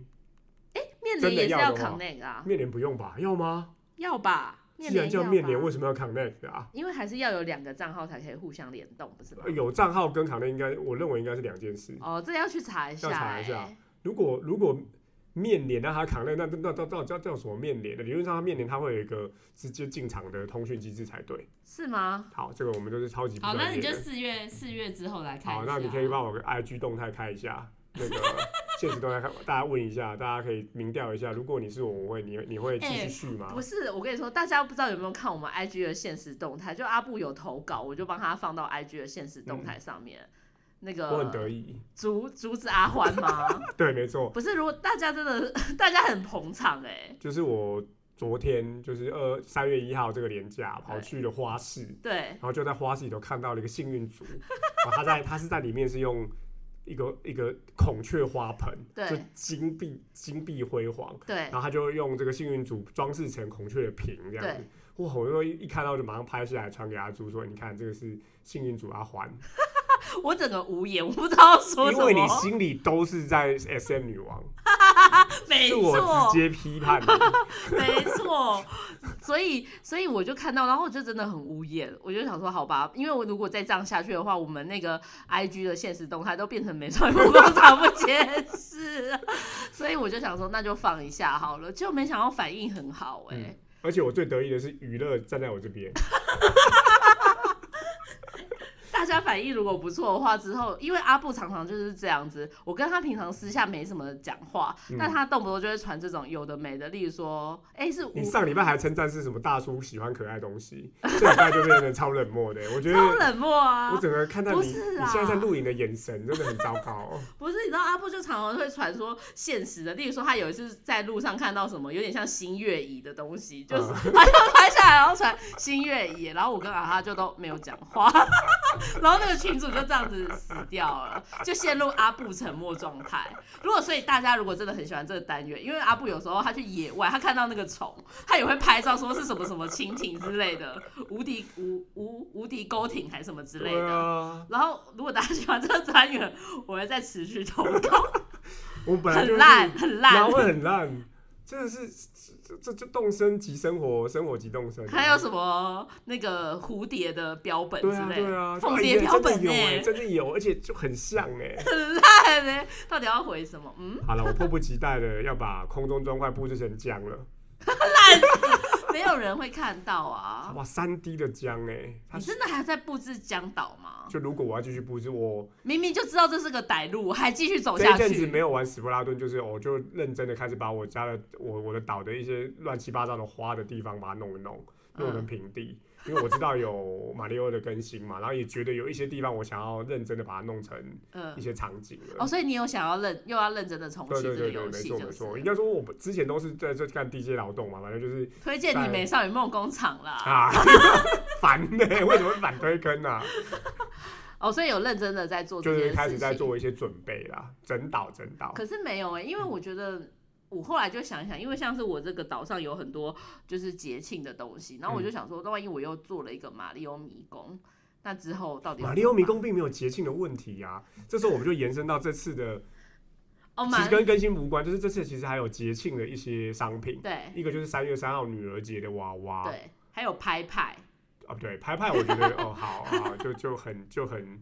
Speaker 1: 面
Speaker 2: 真
Speaker 1: 连
Speaker 2: 的
Speaker 1: 也是
Speaker 2: 要
Speaker 1: 要
Speaker 2: 的吗
Speaker 1: connect 啊，
Speaker 2: 面连不用吧？要吗？
Speaker 1: 要吧？面
Speaker 2: 既然
Speaker 1: 连
Speaker 2: 叫
Speaker 1: 要
Speaker 2: 面
Speaker 1: 吧
Speaker 2: 连，为什么要 connect 啊？
Speaker 1: 因为还是要有两个账号才可以互相联动，不是吗
Speaker 2: 呃？有账号跟 connect 应该，我认为应该是两件事。
Speaker 1: 哦，这要去查一下、
Speaker 2: 要查一下
Speaker 1: 哎
Speaker 2: 如果如果面连让他扛那那那那那叫叫什么面连的？理论上他面连他会有一个直接进场的通讯机制才对。
Speaker 1: 是吗？
Speaker 2: 好，这个我们都是超级不
Speaker 3: 好，那
Speaker 2: 专
Speaker 3: 你
Speaker 2: 业
Speaker 3: 就
Speaker 2: 的。
Speaker 3: 四月四月之后来看一下。
Speaker 2: 好，那你可以帮我个 IG 动态开一下， 那个现实动态开，大家问一下，大家可以民调一下，如果你是我，我会你你会继续
Speaker 3: 哎
Speaker 2: 续吗？
Speaker 1: 不是，我跟你说，大家不知道有没有看我们 IG 的现实动态？就阿布有投稿，我就帮他放到 IG 的现实动态上面。那
Speaker 2: 嗯我很得
Speaker 1: 个
Speaker 2: 意。
Speaker 1: 阻阻止阿欢吗？
Speaker 2: 对，没错，
Speaker 1: 不是，如果大家真的大家很捧场哎、
Speaker 2: 就是我昨天就是二三月一号这个年假跑
Speaker 1: 对
Speaker 2: 去了花市，
Speaker 1: 对
Speaker 2: 然后就在花市里头看到了一个幸运竹， 然后他在他是在里面是用一个一个孔雀花盆，
Speaker 1: 对
Speaker 2: 就金碧金碧辉煌，
Speaker 1: 对
Speaker 2: 然，后他就用这个幸运竹装饰成孔雀的瓶这样子。哇！我就一一看到就马上拍下来传给阿朱说：“你看，这个是幸运竹阿环，
Speaker 1: 我整个无言，我不知道说
Speaker 2: 因
Speaker 1: 什
Speaker 2: 为你
Speaker 1: 么。
Speaker 2: 心里都是在 S M 女王，
Speaker 1: 没
Speaker 2: 是我
Speaker 1: 错
Speaker 2: 直，接批判你。
Speaker 1: 没错，所以所以我就看到，然后我就真的很无言，我就想说，好吧，因为我如果再这样下去的话，我们那个 I G 的现实动态都变成美少女梦工厂不解释， 所以我就想说，那就放一下好了，结果没想到反应很好、欸，
Speaker 2: 嗯而且我最得意的是娱乐站在我这边，
Speaker 1: 大家反应如果不错的话，之后因为阿布常常就是这样子，我跟他平常私下没什么讲话，
Speaker 2: 嗯
Speaker 1: 但他动不动就会传这种有的没的，例如说，哎、是
Speaker 2: 你
Speaker 1: 无
Speaker 2: 上礼拜还称赞是什么大叔喜欢可爱东西，这礼拜就变成超冷漠 的。我觉得
Speaker 1: 超冷漠啊，
Speaker 2: 我整个看到
Speaker 1: 不
Speaker 2: 你，
Speaker 1: 是
Speaker 2: 你现在在
Speaker 1: 啊
Speaker 2: 录影的眼神真的很糟糕哦、
Speaker 1: 不是，你知道阿布就常常会传说现实的，例如说他有一次在路上看到什么有点像新月仪的东西，就是
Speaker 2: 嗯
Speaker 1: 他就拍下来，然后传新月仪，然后我跟阿哈就都没有讲话， 然后那个群主就这样子死掉了，就陷入阿布沉默状态。如果所以大家如果真的很喜欢这个单元，因为阿布有时候他去野外，他看到那个虫，他也会拍照说是什么什么蜻蜓之类的，无敌无无无敌勾挺还是什么之类
Speaker 2: 对
Speaker 1: 的。
Speaker 2: 啊，
Speaker 1: 然后，如果大家喜欢这个单元，我会再持续投稿。
Speaker 2: 我 们本来就
Speaker 1: 很
Speaker 2: 是
Speaker 1: 烂，，很
Speaker 2: 然
Speaker 1: 烂
Speaker 2: 后。会很烂，真的是这这这动身即生活，生活即动身。
Speaker 1: 还有什么那个蝴蝶的标本
Speaker 2: 对
Speaker 1: 之
Speaker 2: 啊
Speaker 1: 类
Speaker 2: 对
Speaker 1: 的，
Speaker 2: 啊，
Speaker 1: 凤
Speaker 2: 哎
Speaker 1: 蝶
Speaker 2: 真
Speaker 1: 标
Speaker 2: 的
Speaker 1: 本
Speaker 2: 有
Speaker 1: 呢
Speaker 2: 哎、真的有，而且就很像哎、
Speaker 1: 很烂呢、到底要回什么？嗯，
Speaker 2: 好了，我迫不及待的要把空中砖块布置成浆了，
Speaker 1: 没有人会看到 啊！
Speaker 2: 哇，三 D 的浆哎、它
Speaker 1: 你真的还在布置江岛吗？
Speaker 2: 就如果我要继续布置，我
Speaker 1: 明明就知道这是个歹路，还继续走
Speaker 2: 这
Speaker 1: 下
Speaker 2: 一阵子
Speaker 1: 去。
Speaker 2: 没有玩史布拉顿，就是我就认真的开始把我家的我我的岛的一些乱七八糟的花的地方把它弄一弄，
Speaker 1: 嗯
Speaker 2: 弄成平地。因为我知道有马里奥的更新嘛，然后也觉得有一些地方我想要认真的把它弄成
Speaker 1: 嗯
Speaker 2: 一，些场景了。
Speaker 1: 哦，所以你有想要认，又要认真的重
Speaker 2: 对
Speaker 1: 启
Speaker 2: 对
Speaker 1: 这个
Speaker 2: 对对，
Speaker 1: 游
Speaker 2: 没
Speaker 1: 戏，
Speaker 2: 错没
Speaker 1: 就
Speaker 2: 错，应
Speaker 1: 是
Speaker 2: 该说我们之前都是在这干地接劳动嘛，反正就是
Speaker 1: 推荐你《美少女梦工厂》啦。
Speaker 2: 啊， 烦呢、为什么会反推坑啊？
Speaker 1: 哦，所以有认真的在做
Speaker 2: 就
Speaker 1: 这件
Speaker 2: 是
Speaker 1: 事情。
Speaker 2: 开始在做一些准备啦，整岛整岛。
Speaker 1: 可是没有哎、因为我觉得我后来就想一想，因为像是我这个岛上有很多就是节庆的东西，然后我就
Speaker 2: 嗯
Speaker 1: 想说，那万一我又做了一个马里欧迷宫，那之后到底要
Speaker 2: 马里奥
Speaker 1: 干嘛
Speaker 2: 迷宫并没有节庆的问题呀、这时候我们就延伸到这次 的
Speaker 1: 哦，
Speaker 2: 其
Speaker 1: 马
Speaker 2: 实跟更新无关，就是这次其实还有节庆的一些商品，
Speaker 1: 对
Speaker 2: 一个就是三月三号女儿节的娃娃，
Speaker 1: 对，还有拍派。
Speaker 2: 啊对，拍拍我觉得哦好好就就很就很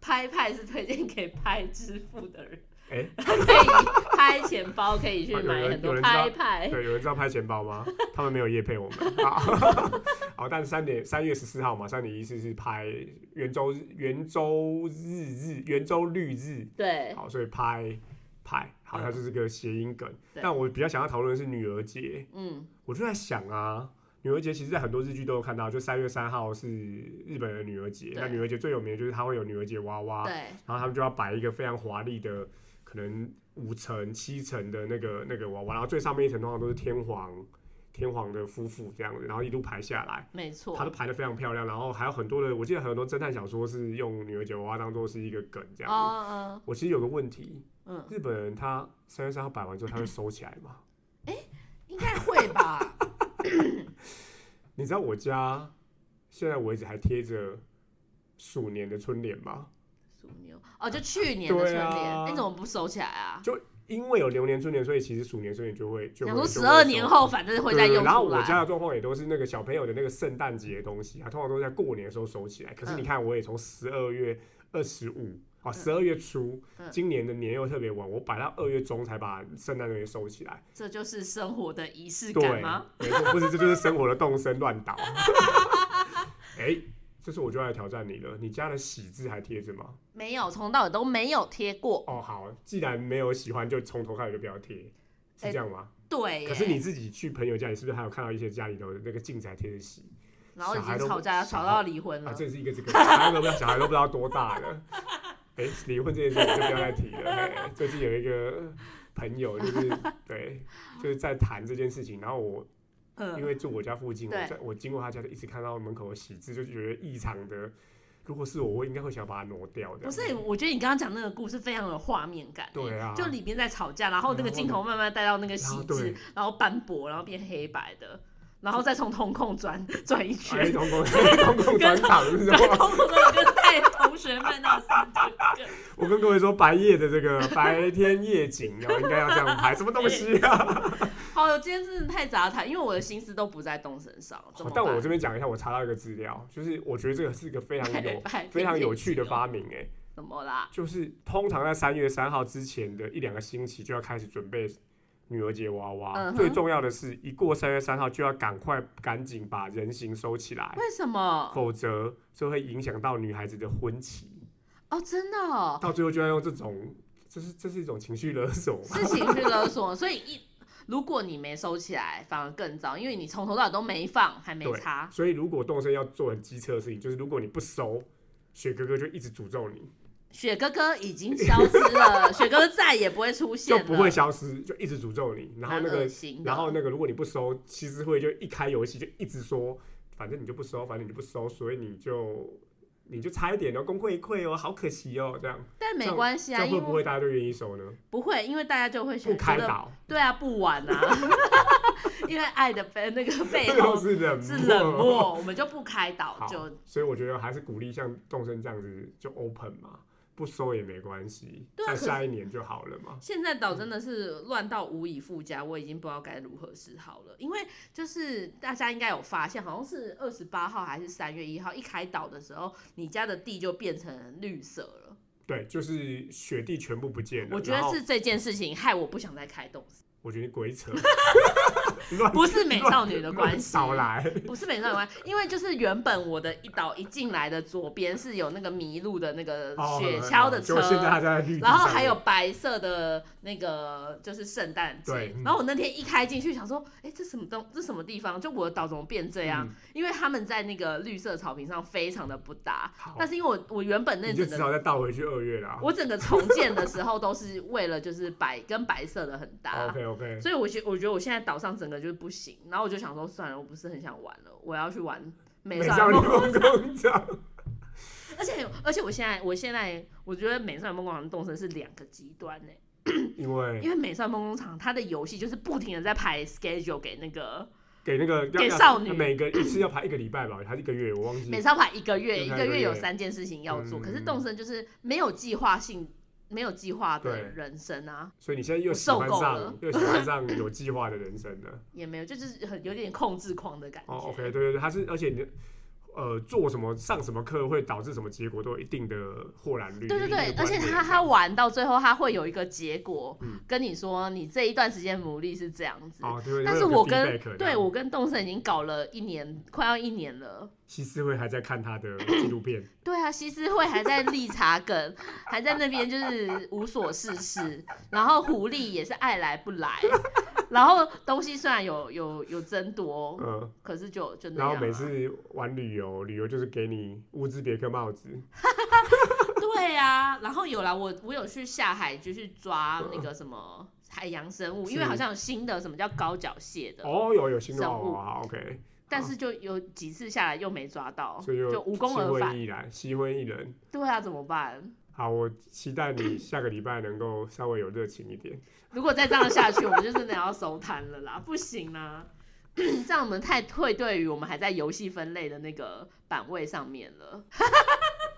Speaker 1: 拍派是推荐给拍支付的人，
Speaker 2: 哎、
Speaker 1: 可以拍钱包，可以去
Speaker 2: 哦有人
Speaker 1: 买很
Speaker 2: 有
Speaker 1: 多
Speaker 2: 人知道
Speaker 1: 拍派。
Speaker 2: 对，有人知道拍钱包吗？他们没有夜配我们，好，好 但三点三月十四号嘛，三点一四是拍圆周日圆周日日圆周率日，
Speaker 1: 对，
Speaker 2: 好，所以拍拍，好，它就是个谐音梗，
Speaker 1: 对
Speaker 2: 但我比较想要讨论的是女儿节，
Speaker 1: 嗯，
Speaker 2: 我就在想啊，女儿节其实，在很多日剧都有看到，就三月三号是日本的女儿节。
Speaker 1: 对
Speaker 2: 那女儿节最有名的就是它会有女儿节娃娃，
Speaker 1: 对，
Speaker 2: 然后他们就要摆一个非常华丽的，可能五层、七层的那个那个娃娃，然后最上面一层通常都是天皇天皇的夫妇这样子，然后一路排下来。
Speaker 1: 没错
Speaker 2: 它，都排得非常漂亮，然后还有很多的，我记得很多侦探小说是用女儿节娃娃当做是一个梗这
Speaker 1: 哦
Speaker 2: 样子。
Speaker 1: 哦
Speaker 2: 我其实有个问题，
Speaker 1: 嗯，
Speaker 2: 日本人他三月三号 摆完之后，他会收起来吗？
Speaker 1: 应该会吧。
Speaker 2: 你知道我家现在为止还贴着鼠年的春联吗？
Speaker 1: 鼠牛哦，就去年的春
Speaker 2: 对
Speaker 1: 联，
Speaker 2: 啊
Speaker 1: 哎你怎么不收起来啊？
Speaker 2: 因为有流年春联，所以其实鼠年春联就会就会
Speaker 1: 想说
Speaker 2: 就
Speaker 1: 十
Speaker 2: 会
Speaker 1: 二
Speaker 2: 收
Speaker 1: 年后反正会再
Speaker 2: 对对
Speaker 1: 用
Speaker 2: 对然后
Speaker 1: 出
Speaker 2: 我
Speaker 1: 来。
Speaker 2: 家的状况也都是那个小朋友的那个圣诞节的东西啊，通常都是在过年的时候收起来。可是你
Speaker 1: 嗯
Speaker 2: 看，我也从十二月二十五啊，十二月初，
Speaker 1: 嗯
Speaker 2: 今年的年又特别晚，我摆到二月中才把圣诞东西收起来。
Speaker 1: 这就是生活的仪式
Speaker 2: 对
Speaker 1: 感吗？，
Speaker 2: 没错，不是，这就是生活的动身乱倒。 哎、这次我就来挑战你了，你家的喜字还贴着吗？
Speaker 1: 没有，从到尾都没有贴过。
Speaker 2: 哦，好，既然没有喜欢，就从头开始就不要贴。是
Speaker 1: 哎
Speaker 2: 这样吗？
Speaker 1: 对耶，
Speaker 2: 可是你自己去朋友家，你是不是还有看到一些家里头的那个镜子还贴着喜？
Speaker 1: 然后已
Speaker 2: 小孩都
Speaker 1: 经吵架
Speaker 2: 小孩
Speaker 1: 吵到离婚
Speaker 2: 啊，
Speaker 1: 了。
Speaker 2: 这是一个这个，大家都不知道，小孩都不知道多大了。 哎、离婚这件事情就不要再提了。哎最近有一个朋友，就是 对，就是在谈这件事情，然后我因
Speaker 1: 嗯，
Speaker 2: 为住我家附近，我
Speaker 1: 对
Speaker 2: 在我经过他家，就一直看到门口的喜字，就觉得异常的。如果是我，我应该会想把它挪掉的。
Speaker 1: 不是，我觉得你刚刚讲那个故事非常有画面感。
Speaker 2: 对啊，
Speaker 1: 就里面在吵架，然后那个镜头慢慢带到那个喜
Speaker 2: 然后
Speaker 1: 字
Speaker 2: 对，
Speaker 1: 然后斑驳，然后变黑白的，然后再从瞳孔转转一
Speaker 2: 哎，
Speaker 1: 圈，
Speaker 2: 同工同 工转场是
Speaker 1: 跟
Speaker 2: 吗？
Speaker 1: 瞳孔转一圈带同学们到死这个
Speaker 2: 我跟各位说，白夜的这个白天夜景哦，应该要这样拍，什么东西啊？
Speaker 1: 好，我今天真的太杂谈，因为我的心思都不在东身上， 怎么
Speaker 2: 但
Speaker 1: 办？
Speaker 2: 我这边讲一下，我查到一个资料，就是我觉得这个是一个非常有非常有趣的发明哎、
Speaker 1: 怎么啦？
Speaker 2: 就是通常在三月三号之前的一两个星期就要开始准备女儿节娃娃。
Speaker 1: 嗯哼
Speaker 2: 最重要的是，一过三月三号就要赶快赶紧把人形收起来，
Speaker 1: 为什么？
Speaker 2: 否则就会影响到女孩子的婚期，
Speaker 1: 哦，真的哦，
Speaker 2: 到最后就要用这种，这是这是一种情绪勒索嘛。
Speaker 1: 是情绪勒索，所以一如果你没收起来，反而更糟，因为你从头到尾都没放，还没
Speaker 2: 对
Speaker 1: 擦。
Speaker 2: 所以如果动身要做很机车的事情，就是如果你不收，雪哥哥就一直诅咒你，
Speaker 1: 雪哥哥已经消失了，雪哥哥再也不会出现
Speaker 2: 就
Speaker 1: 了，
Speaker 2: 不会消失，就一直诅咒你。然后那
Speaker 1: 蛮恶
Speaker 2: 个
Speaker 1: 心的
Speaker 2: 然后那个，如果你不收，西施会就一开游戏就一直说，反正你就不收，反正你就不收，所以你就你就差一点哦，功亏一篑哦，好可惜哦，这样，
Speaker 1: 但没关系
Speaker 2: 这
Speaker 1: 啊，
Speaker 2: 样会
Speaker 1: 因
Speaker 2: 不
Speaker 1: 为
Speaker 2: 会大家就愿意收呢？
Speaker 1: 不会，因为大家就会
Speaker 2: 不
Speaker 1: 选
Speaker 2: 开
Speaker 1: 觉得
Speaker 2: 导，
Speaker 1: 对啊，不玩啊， 因为爱的背那个背
Speaker 2: 就
Speaker 1: 后
Speaker 2: 是冷
Speaker 1: 是冷。漠，我们就不开导，
Speaker 2: 好
Speaker 1: 就
Speaker 2: 所以我觉得还是鼓励像动身这样子就 open 嘛，不收也没关系，
Speaker 1: 对啊
Speaker 2: 在
Speaker 1: 可是
Speaker 2: 下一年就好了嘛。
Speaker 1: 现在岛真的是乱到无以复加，我已经不知道该如何是好了。因为就是大家应该有发现，好像是二十八号还是三月一号一开岛的时候，你家的地就变成绿色了。
Speaker 2: 对，就是雪地全部不见了。
Speaker 1: 我觉得
Speaker 2: 然后啊
Speaker 1: 是这件事情害我不想再开动，
Speaker 2: 我觉得你鬼扯，乱
Speaker 1: 不是美少女的关系，
Speaker 2: 少来。
Speaker 1: 不是美少女关系，因为就是原本我的一岛一进来的左边是有那个麋鹿的那个
Speaker 2: 哦
Speaker 1: 雪橇的车，
Speaker 2: 就现在他在绿地
Speaker 1: 然后
Speaker 2: 上
Speaker 1: 还
Speaker 2: 面
Speaker 1: 有白色的那个就是圣诞节
Speaker 2: 对嗯，
Speaker 1: 然后我那天一开进去想说，哎，这什么东这什么地方？就我的岛怎么变这样？
Speaker 2: 嗯
Speaker 1: 因为他们在那个绿色草坪上非常的不搭，
Speaker 2: 好
Speaker 1: 但是因为我我原本那
Speaker 2: 你就
Speaker 1: 整
Speaker 2: 只
Speaker 1: 个
Speaker 2: 好再倒回去二月了啊。
Speaker 1: 我整个重建的时候都是为了就是白跟白色的很搭。
Speaker 2: 哦 OK OK，
Speaker 1: 所以我觉我觉得我现在岛上整个就是不行，然后我就想说算了，我不是很想玩了，我要去玩美
Speaker 2: 美
Speaker 1: 少
Speaker 2: 少
Speaker 1: 女
Speaker 2: 女
Speaker 1: 梦
Speaker 2: 梦工厂，
Speaker 1: 而且而且我现在我现在我觉得美少女梦工厂跟动森是两个极端呢、
Speaker 2: 因为
Speaker 1: 因为美少女梦工厂它的游戏就是不停的在排 schedule 给那个
Speaker 2: 给那个要
Speaker 1: 给
Speaker 2: 要
Speaker 1: 少女
Speaker 2: 每个一次要排一个礼拜吧，还是一个月，我忘记
Speaker 1: 美。少排一个月，
Speaker 2: 一
Speaker 1: 一
Speaker 2: 个月
Speaker 1: 个月有三件事情要做，
Speaker 2: 嗯
Speaker 1: 可是动森就是没有计划性。没有计划的
Speaker 2: 对
Speaker 1: 人生啊，
Speaker 2: 所以你现在又喜
Speaker 1: 我
Speaker 2: 欢
Speaker 1: 受够
Speaker 2: 上
Speaker 1: 了，
Speaker 2: 又喜欢上有计划的人生了。
Speaker 1: 也没有，就就是很有点控制狂的感觉。
Speaker 2: 哦，OK，对对对，他是而且你。呃，做什么上什么课会导致什么结果，都有一定的豁然率。
Speaker 1: 对对
Speaker 2: 有
Speaker 1: 对
Speaker 2: 一定，的
Speaker 1: 而且
Speaker 2: 观
Speaker 1: 他
Speaker 2: 点
Speaker 1: 他玩到最后，他会有一个结果，
Speaker 2: 嗯
Speaker 1: 跟你说你这一段时间努力是这样子。
Speaker 2: 哦，对对对
Speaker 1: 但
Speaker 2: 会
Speaker 1: 是
Speaker 2: 有个
Speaker 1: 我跟
Speaker 2: feedback 的
Speaker 1: 对我跟动森已经搞了一年，快要一年了。
Speaker 2: 西斯会还在看他的纪录片，
Speaker 1: 对啊，西施会还在立茶梗，还在那边就是无所事事，然后狐狸也是爱来不来，然后东西虽然有有有争夺，
Speaker 2: 嗯，
Speaker 1: 可是就就那
Speaker 2: 然
Speaker 1: 样、啊。
Speaker 2: 后每次玩旅游，旅游就是给你乌兹别克帽子，
Speaker 1: 对啊，然后有啦，我我有去下海就去抓那个什么海洋生物，因为
Speaker 2: 是
Speaker 1: 好像有新的什么叫高脚蟹的，
Speaker 2: 哦，有有新的
Speaker 1: 生
Speaker 2: 娃
Speaker 1: 物
Speaker 2: 娃好，OK，
Speaker 1: 但是就有几次下来又没抓到，
Speaker 2: 所以又
Speaker 1: 哦就无功而
Speaker 2: 心
Speaker 1: 返。
Speaker 2: 灰意懒，心灰意冷。
Speaker 1: 对啊，怎么办？
Speaker 2: 好，我期待 你下个礼拜能够稍微有热情一点。
Speaker 1: 如果再这样下去，我们就真的要收摊了啦，不行啦。啊 这样我们太退对于我们还在游戏分类的那个版位上面了。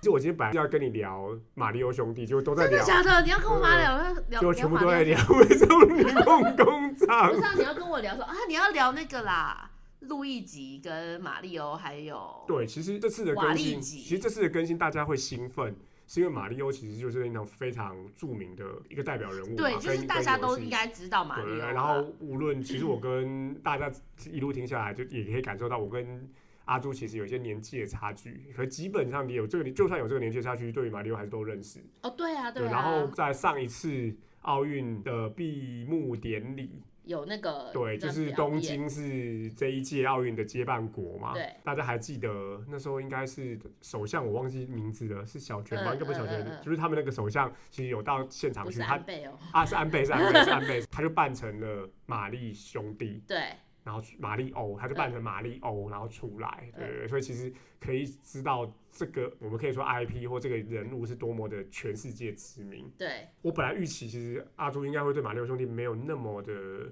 Speaker 2: 就我今天本来是要跟你聊马里奥兄弟，就都在
Speaker 1: 真的
Speaker 2: 聊，嗯
Speaker 1: 假的？你要跟我妈聊，聊
Speaker 2: 就
Speaker 1: 聊
Speaker 2: 全部
Speaker 1: 马
Speaker 2: 都在
Speaker 1: 里
Speaker 2: 聊为什么女梦工
Speaker 1: 奥。
Speaker 2: 厂
Speaker 1: 不。是、啊，你要跟我聊说啊，你要聊那个啦，路易吉跟马里欧还有
Speaker 2: 对，其实这次的
Speaker 1: 瓦
Speaker 2: 更
Speaker 1: 力
Speaker 2: 新，
Speaker 1: 吉
Speaker 2: 其实这次的更新大家会兴奋，是因为马里欧其实就是那种非常著名的一个代表人物嘛，
Speaker 1: 对，就
Speaker 2: 跟
Speaker 1: 是大家都
Speaker 2: 跟游
Speaker 1: 应。
Speaker 2: 戏
Speaker 1: 该知道马里
Speaker 2: 对，
Speaker 1: 欧啦。
Speaker 2: 然后无论其实我跟大家一路听下来，就也可以感受到我跟阿朱其实有一些年纪的差距，可基本上也有这个，就算有这个年纪的差距，对于马里欧还是都认识。
Speaker 1: 哦，对啊，啊，
Speaker 2: 然后在上一次奥运的闭幕典礼，
Speaker 1: 有那个
Speaker 2: 对，
Speaker 1: 呃那
Speaker 2: 就是
Speaker 1: 表
Speaker 2: 东
Speaker 1: 演
Speaker 2: 京是这一届奥运的接办国嘛。
Speaker 1: 对，
Speaker 2: 大家还记得那时候应该是首相，我忘记名字了，是小泉
Speaker 1: 嗯
Speaker 2: 吧？应该不是小泉
Speaker 1: 嗯嗯，嗯
Speaker 2: 就是他们那个首相，其实有到现场
Speaker 1: 不
Speaker 2: 去，
Speaker 1: 是
Speaker 2: 他
Speaker 1: 安倍哦，
Speaker 2: 啊是安倍，是安倍，是安倍，他就扮成了玛丽兄弟，
Speaker 1: 对，
Speaker 2: 然后玛丽欧，他就扮成玛丽欧，然后出来，对对对，所以其实可以知道这个，我们可以说 IP 或这个人物是多么的全世界知名。
Speaker 1: 对，
Speaker 2: 我本来预期其实阿朱应该会对马里奥兄弟没有那么的
Speaker 1: 哦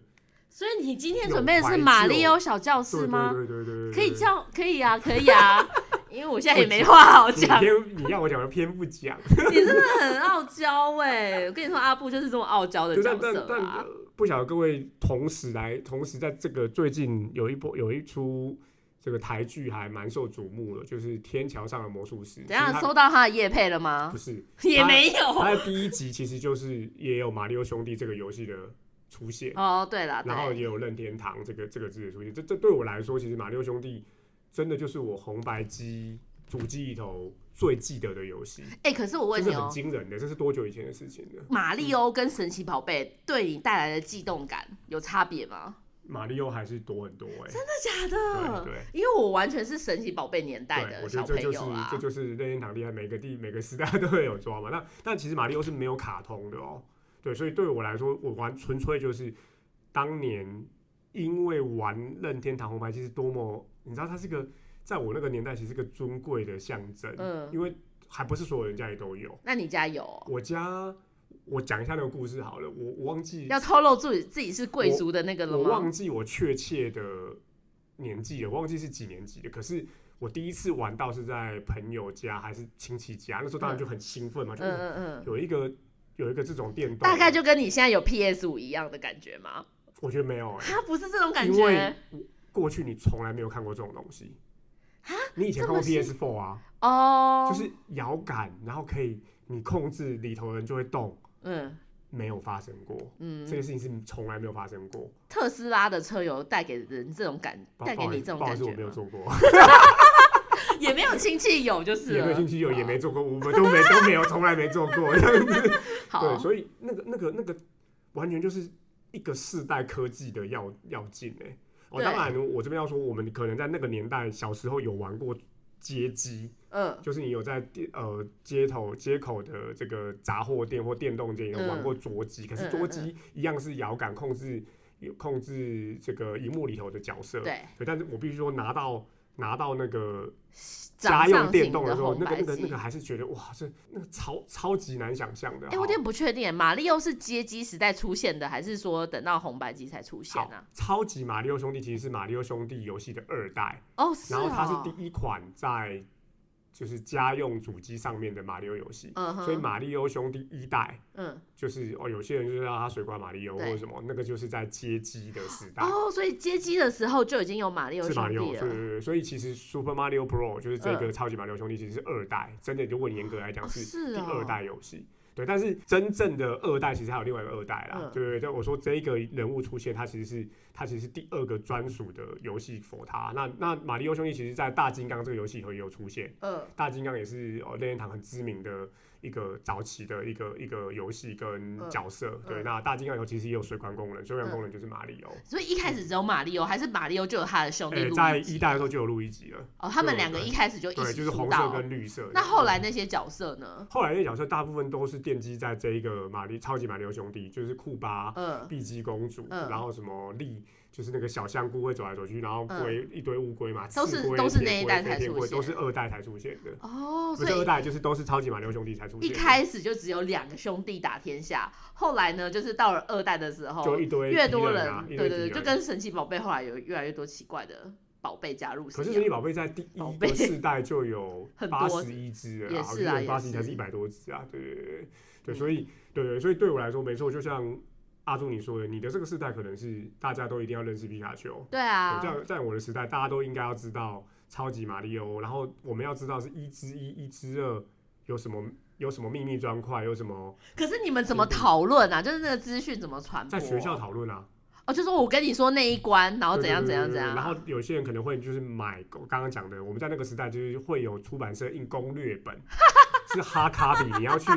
Speaker 1: 所以你今天
Speaker 2: 有
Speaker 1: 准备的
Speaker 2: 怀
Speaker 1: 是马里
Speaker 2: 旧
Speaker 1: 欧小教
Speaker 2: 对
Speaker 1: 室吗？
Speaker 2: 对对对对对，
Speaker 1: 可以
Speaker 2: 对。
Speaker 1: 叫，可以啊，可 以啊，因为我现在也没话好
Speaker 2: 你
Speaker 1: 讲，
Speaker 2: 偏你要我讲，我偏不讲。
Speaker 1: 你真的很傲娇哎、我跟你说，阿布就是这么傲娇的
Speaker 2: 对
Speaker 1: 角
Speaker 2: 但但
Speaker 1: 色
Speaker 2: 但
Speaker 1: 啊
Speaker 2: 呃。不晓得各位同时来，同时在这个最近有一波有一出这个台剧还蛮受瞩目的，就是《天桥上的魔术师》。
Speaker 1: 怎样
Speaker 2: 其实
Speaker 1: 收到他的叶配了
Speaker 2: 它
Speaker 1: 吗
Speaker 2: 不？是，
Speaker 1: 也没有。
Speaker 2: 它的第一集其实就是也有《马里奥兄弟》这个游戏的出现，
Speaker 1: 哦，对了，
Speaker 2: 然后
Speaker 1: 对，
Speaker 2: 也有任天堂这个这个字的出现。这这对我来说，其实《马里奥兄弟》真的就是我红白机主机里头最记得的游戏，
Speaker 1: 哎，可是我
Speaker 2: 这
Speaker 1: 问
Speaker 2: 是
Speaker 1: 你
Speaker 2: 很
Speaker 1: 哦，
Speaker 2: 惊人的，这是多久以前的事情了？
Speaker 1: 马里欧跟神奇宝贝对你带来的悸动感有差别吗？
Speaker 2: 马里奥还是多很多哎、
Speaker 1: 真的假的
Speaker 2: 对？对。
Speaker 1: 因为我完全是神奇宝贝年代
Speaker 2: 对
Speaker 1: 的
Speaker 2: 我觉
Speaker 1: 小
Speaker 2: 得这
Speaker 1: 朋
Speaker 2: 就是
Speaker 1: 友啊
Speaker 2: 这，就是任天堂厉害，每个地每个时代都会有抓嘛。那但其实马里奥是没有卡通的哦，对，所以对我来说，我玩纯粹就是当年因为玩任天堂红白机是多么，你知道它是个在我那个年代其实是个尊贵的象征，
Speaker 1: 嗯，
Speaker 2: 因为还不是所有人家里都有。
Speaker 1: 那你家有哦
Speaker 2: 我家我讲一下那个故事好了，我我忘记
Speaker 1: 要透露自己自己是贵族的那个了
Speaker 2: 我
Speaker 1: 吗？
Speaker 2: 忘记我确切的年纪了，我忘记是几年级的。可是我第一次玩到是在朋友家还是亲戚家，那时候当然就很兴奋嘛，
Speaker 1: 嗯
Speaker 2: 就嗯
Speaker 1: 嗯嗯，
Speaker 2: 有一个有一个这种电动，
Speaker 1: 大概就跟你现在有 PS 五一样的感觉吗？
Speaker 2: 我觉得没有哎、
Speaker 1: 它不是这种感
Speaker 2: 因为
Speaker 1: 觉
Speaker 2: 过去你从来没有看过这种东西。你以前
Speaker 1: 这
Speaker 2: 看过
Speaker 1: 么新
Speaker 2: PS4 啊？
Speaker 1: 哦，
Speaker 2: 就是摇杆，然后可以你控制里头的人就会动，
Speaker 1: 嗯
Speaker 2: 没有发生过。这
Speaker 1: 嗯，
Speaker 2: 件事情是从来没有发生过。
Speaker 1: 特斯拉的车有带给人这种感，
Speaker 2: 不
Speaker 1: 带给你这种
Speaker 2: 不好
Speaker 1: 感
Speaker 2: 意思，
Speaker 1: 觉
Speaker 2: 我没有
Speaker 1: 吗？
Speaker 2: 做过。
Speaker 1: 也没有亲戚有，就
Speaker 2: 也
Speaker 1: 是啊哦
Speaker 2: 没有
Speaker 1: 了嗯
Speaker 2: 兴趣有，也没做过，我们都没都没有，从来没做过 这样子。对，
Speaker 1: 好，
Speaker 2: 所以那个那个那个，完全就是一个世代科技的要要进哎、哦，
Speaker 1: 对
Speaker 2: 当然我这边要说，我们可能在那个年代小时候有玩过街机，
Speaker 1: 嗯，
Speaker 2: 就是你有在地呃街头街口的这个杂货店或电动店有玩过桌机，可是
Speaker 1: 嗯
Speaker 2: 桌机一样是遥感控制控制这个荧幕里头的角色。
Speaker 1: 对，
Speaker 2: 对，但是我必须说拿到。拿到那个家
Speaker 1: 掌上
Speaker 2: 用
Speaker 1: 型
Speaker 2: 电动的时候，
Speaker 1: 红
Speaker 2: 那个
Speaker 1: 白
Speaker 2: 那个
Speaker 1: 机
Speaker 2: 那个还是觉得哇，这那个超超级难想象的。
Speaker 1: 哎、
Speaker 2: 好
Speaker 1: 我有点不确定，马里奥是街机时代出现的，还是说等到红白机才出现
Speaker 2: 好
Speaker 1: 啊？，
Speaker 2: 超级马里奥兄弟其实是马里奥兄弟游戏的二代，
Speaker 1: 哦，是
Speaker 2: 然后它
Speaker 1: 哦，
Speaker 2: 是第一款在就是家用主机上面的马里奥游戏，
Speaker 1: 嗯哼，
Speaker 2: 所以马里奥兄弟一代
Speaker 1: 嗯，
Speaker 2: 就是哦，有些人就是让他水管马里奥或
Speaker 1: 对
Speaker 2: 者什么，那个就是在街机的时代。
Speaker 1: 哦，所以街机的时候就已经有马里奥
Speaker 2: 是马
Speaker 1: 兄
Speaker 2: 里奥，
Speaker 1: 弟
Speaker 2: 对
Speaker 1: 了
Speaker 2: 对。对，所以其实 Super Mario Pro 就是这个
Speaker 1: 嗯
Speaker 2: 超级马里奥兄弟，其实是二代，真的，如果你严格来讲
Speaker 1: 哦
Speaker 2: 是
Speaker 1: 是
Speaker 2: 第
Speaker 1: 哦，
Speaker 2: 二代游戏。对，但是真正的二代其实还有另外一个二代啦，
Speaker 1: 嗯
Speaker 2: 对对对。就我说这一个人物出现，他其实是他其实是第二个专属的游戏佛他。那那马里奥兄弟其实在大金刚这个游戏里头也有出现，
Speaker 1: 嗯，
Speaker 2: 大金刚也是哦任天堂很知名的一个早期的一个一个游戏跟
Speaker 1: 嗯
Speaker 2: 角色。对，
Speaker 1: 嗯
Speaker 2: 那大金刚游其实也有水管功能，水管功能就是马里奥。
Speaker 1: 所以一开始只有马里奥，还是马里奥就有他的兄弟
Speaker 2: 诶
Speaker 1: 路易吉、
Speaker 2: 嗯哎在一代的时候就有路易吉了，
Speaker 1: 哦，他们
Speaker 2: 对
Speaker 1: 两个一开始嗯就一
Speaker 2: 对，
Speaker 1: 起
Speaker 2: 就是
Speaker 1: 出
Speaker 2: 红色
Speaker 1: 道。
Speaker 2: 跟嗯绿色的。
Speaker 1: 那后来那些角色呢？
Speaker 2: 后来那些角色大部分都是奠基在这一个马里超级马里奥兄弟，就是库巴、
Speaker 1: 嗯
Speaker 2: 碧姬公主，
Speaker 1: 嗯
Speaker 2: 然后什么丽就是那个小香菇会走来走去，然后龟、一堆乌龟嘛，
Speaker 1: 都是
Speaker 2: 刺龟
Speaker 1: 都是
Speaker 2: 铁
Speaker 1: 那一
Speaker 2: 龟
Speaker 1: 代
Speaker 2: 飞
Speaker 1: 才
Speaker 2: 天
Speaker 1: 出
Speaker 2: 龟都是
Speaker 1: 现
Speaker 2: 二代才出现的，
Speaker 1: 哦，
Speaker 2: 不
Speaker 1: 所
Speaker 2: 是二
Speaker 1: 以
Speaker 2: 代就是都是超级马里奥兄弟才出
Speaker 1: 一
Speaker 2: 现的，
Speaker 1: 开始就只有两个兄弟打天下，后来呢，就是到了二代的时候，
Speaker 2: 就一堆
Speaker 1: 越
Speaker 2: 敌
Speaker 1: 多
Speaker 2: 人啊，一堆
Speaker 1: 对对
Speaker 2: 敌
Speaker 1: 对，就
Speaker 2: 人
Speaker 1: 跟神奇宝贝后来有越来越多奇怪的宝贝加入是
Speaker 2: 可是
Speaker 1: 一
Speaker 2: 神
Speaker 1: 样
Speaker 2: 奇宝贝在第
Speaker 1: 宝
Speaker 2: 一
Speaker 1: 贝
Speaker 2: 个世代就有
Speaker 1: 很
Speaker 2: 八
Speaker 1: 多
Speaker 2: 十一只了
Speaker 1: 也
Speaker 2: 啊，
Speaker 1: 是啊也
Speaker 2: 八十一才
Speaker 1: 是
Speaker 2: 是一百多只啊，对对对对对，
Speaker 1: 嗯
Speaker 2: 所以对对，所以对我来说没错，就像阿朱你说的，你的这个世代可能是大家都一定要认识皮卡丘，
Speaker 1: 对啊，
Speaker 2: 对在在我的时代，大家都应该要知道超级马里欧，然后我们要知道是一之一、一之二有什么有什么秘密砖块，有什么
Speaker 1: 可是你们怎么讨论啊？就是那个资讯怎么传播？
Speaker 2: 在学校讨论啊，
Speaker 1: 哦，就说我跟你说那一关，然后哦怎样
Speaker 2: 对对
Speaker 1: 怎样
Speaker 2: 对
Speaker 1: 怎样，
Speaker 2: 对然后有些人可能会就是买刚刚讲的，我们在那个时代就是会有出版社印攻略 本，是哈卡比，你要去，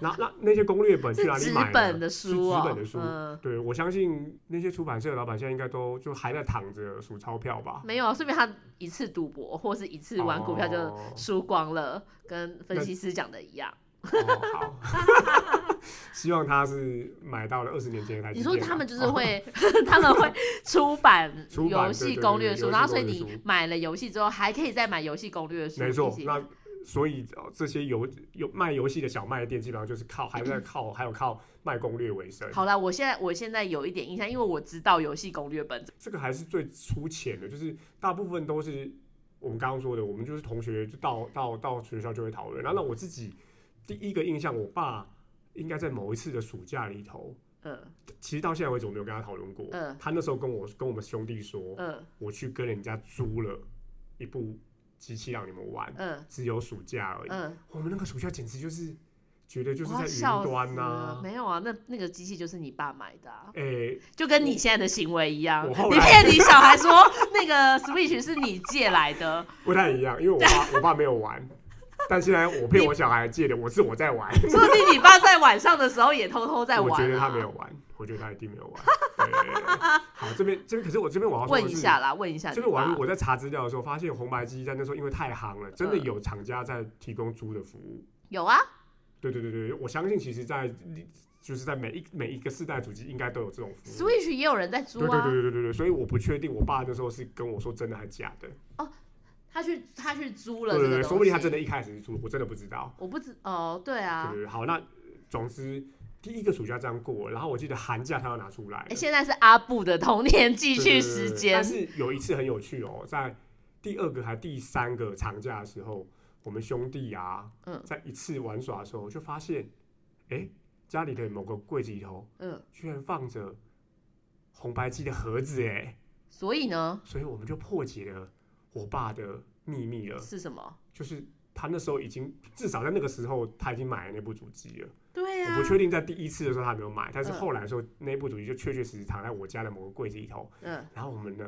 Speaker 2: 那那那些攻略本去哪
Speaker 1: 是
Speaker 2: 里
Speaker 1: 纸
Speaker 2: 买呢？
Speaker 1: 本的
Speaker 2: 是
Speaker 1: 书哦，
Speaker 2: 纸本的书。
Speaker 1: 嗯，
Speaker 2: 对，我相信那些出版社的老板现在应该都就还在躺着数钞票吧，
Speaker 1: 没有啊，说明他一次赌博或是一次玩股票 就
Speaker 2: 哦
Speaker 1: 输光了，跟分析师讲的一样。
Speaker 2: 哦，好， 希望他是买到了二十年前的台积
Speaker 1: 你
Speaker 2: 电啊。
Speaker 1: 说他们就是会， 他们会出版
Speaker 2: 哦 出版
Speaker 1: 游
Speaker 2: 对
Speaker 1: 戏
Speaker 2: 对
Speaker 1: 攻
Speaker 2: 对
Speaker 1: 略书，
Speaker 2: 游戏
Speaker 1: 然后所以
Speaker 2: 攻略
Speaker 1: 你
Speaker 2: 书
Speaker 1: 买了游戏之后，还可以再买游戏攻略书。
Speaker 2: 没错
Speaker 1: 一，起
Speaker 2: 那所以呃这些游有卖游戏的小卖店，基本上就是靠还在靠还有靠卖攻略为生。
Speaker 1: 好啦，我现在我现在有一点印象，因为我知道游戏攻略本
Speaker 2: 这个还是最粗浅的，就是大部分都是我们刚刚说的，我们就是同学就到到到学校就会讨论。然后那我自己第一个印象，我爸应该在某一次的暑假里头，
Speaker 1: 嗯
Speaker 2: 其实到现在为止我没有跟他讨论过。
Speaker 1: 嗯
Speaker 2: 他那时候跟我跟我们兄弟说，
Speaker 1: 嗯
Speaker 2: 我去跟人家租了一部机器让你们玩，
Speaker 1: 嗯
Speaker 2: 只有暑假而已。
Speaker 1: 嗯，
Speaker 2: 我们那个暑假简直就是觉得就是
Speaker 1: 我要
Speaker 2: 在
Speaker 1: 笑
Speaker 2: 云
Speaker 1: 死
Speaker 2: 端呐、
Speaker 1: 了没有啊，那那个机器就是你爸买的、啊。
Speaker 2: 哎、
Speaker 1: 就跟你现在的行为一样，
Speaker 2: 我后
Speaker 1: 你
Speaker 2: 来
Speaker 1: 骗你小孩说那个 Switch 是你借来的，
Speaker 2: 不太一样，因为我 爸我爸没有玩，但现在我骗我小孩借的，我是我在玩，
Speaker 1: 说不定你爸在晚上的时候也偷偷在玩、啊。
Speaker 2: 我觉得他没有玩，我觉得他一定没有玩。对对 对对好，这边这边可是我这边我要说
Speaker 1: 问
Speaker 2: 的
Speaker 1: 一
Speaker 2: 是，
Speaker 1: 下啦，问一下你
Speaker 2: 这边我
Speaker 1: 爸
Speaker 2: 还。我在查资料的时候发现红白机在那时候因为太夯了，
Speaker 1: 嗯
Speaker 2: 真的有厂家在提供租的服务。
Speaker 1: 有啊，
Speaker 2: 嗯对对对对，我相信其实在，就是在每一每一个世代主机应该都有这种服务。
Speaker 1: Switch 也有人在租
Speaker 2: 对对
Speaker 1: 啊。
Speaker 2: 对对对对对，所以我不确定我爸那时候是跟我说真的还假的。
Speaker 1: 他去他去租了
Speaker 2: 对
Speaker 1: 这个
Speaker 2: 对对，
Speaker 1: 东西，
Speaker 2: 说不定他真的一开始是租，我真的不知道。
Speaker 1: 我不知哦，对
Speaker 2: 对
Speaker 1: 啊。
Speaker 2: 对对，好，那总之第一个暑假这样过，然后我记得寒假他要拿出来了。
Speaker 1: 哎，现在是阿布的童年
Speaker 2: 对
Speaker 1: 记
Speaker 2: 对对
Speaker 1: 叙时
Speaker 2: 对
Speaker 1: 间
Speaker 2: 但，是有一次很有趣哦，在第二个还第三个长假的时候，我们兄弟啊，
Speaker 1: 嗯
Speaker 2: 在一次玩耍的时候就发现，哎，家里的某个柜子里头
Speaker 1: 嗯，
Speaker 2: 居然放着红白机的盒子哎，
Speaker 1: 所以呢
Speaker 2: 所以我们就破解了我爸的秘密了，
Speaker 1: 是什么？
Speaker 2: 就是他那时候已经至少在那个时候他已经买了那部主机了，
Speaker 1: 对啊
Speaker 2: 我不，确定在第一次的时候他有没有买，但是
Speaker 1: 嗯
Speaker 2: 后来的时候那部主机就确确实实躺在我家的某个柜子里头，
Speaker 1: 嗯
Speaker 2: 然后我们呢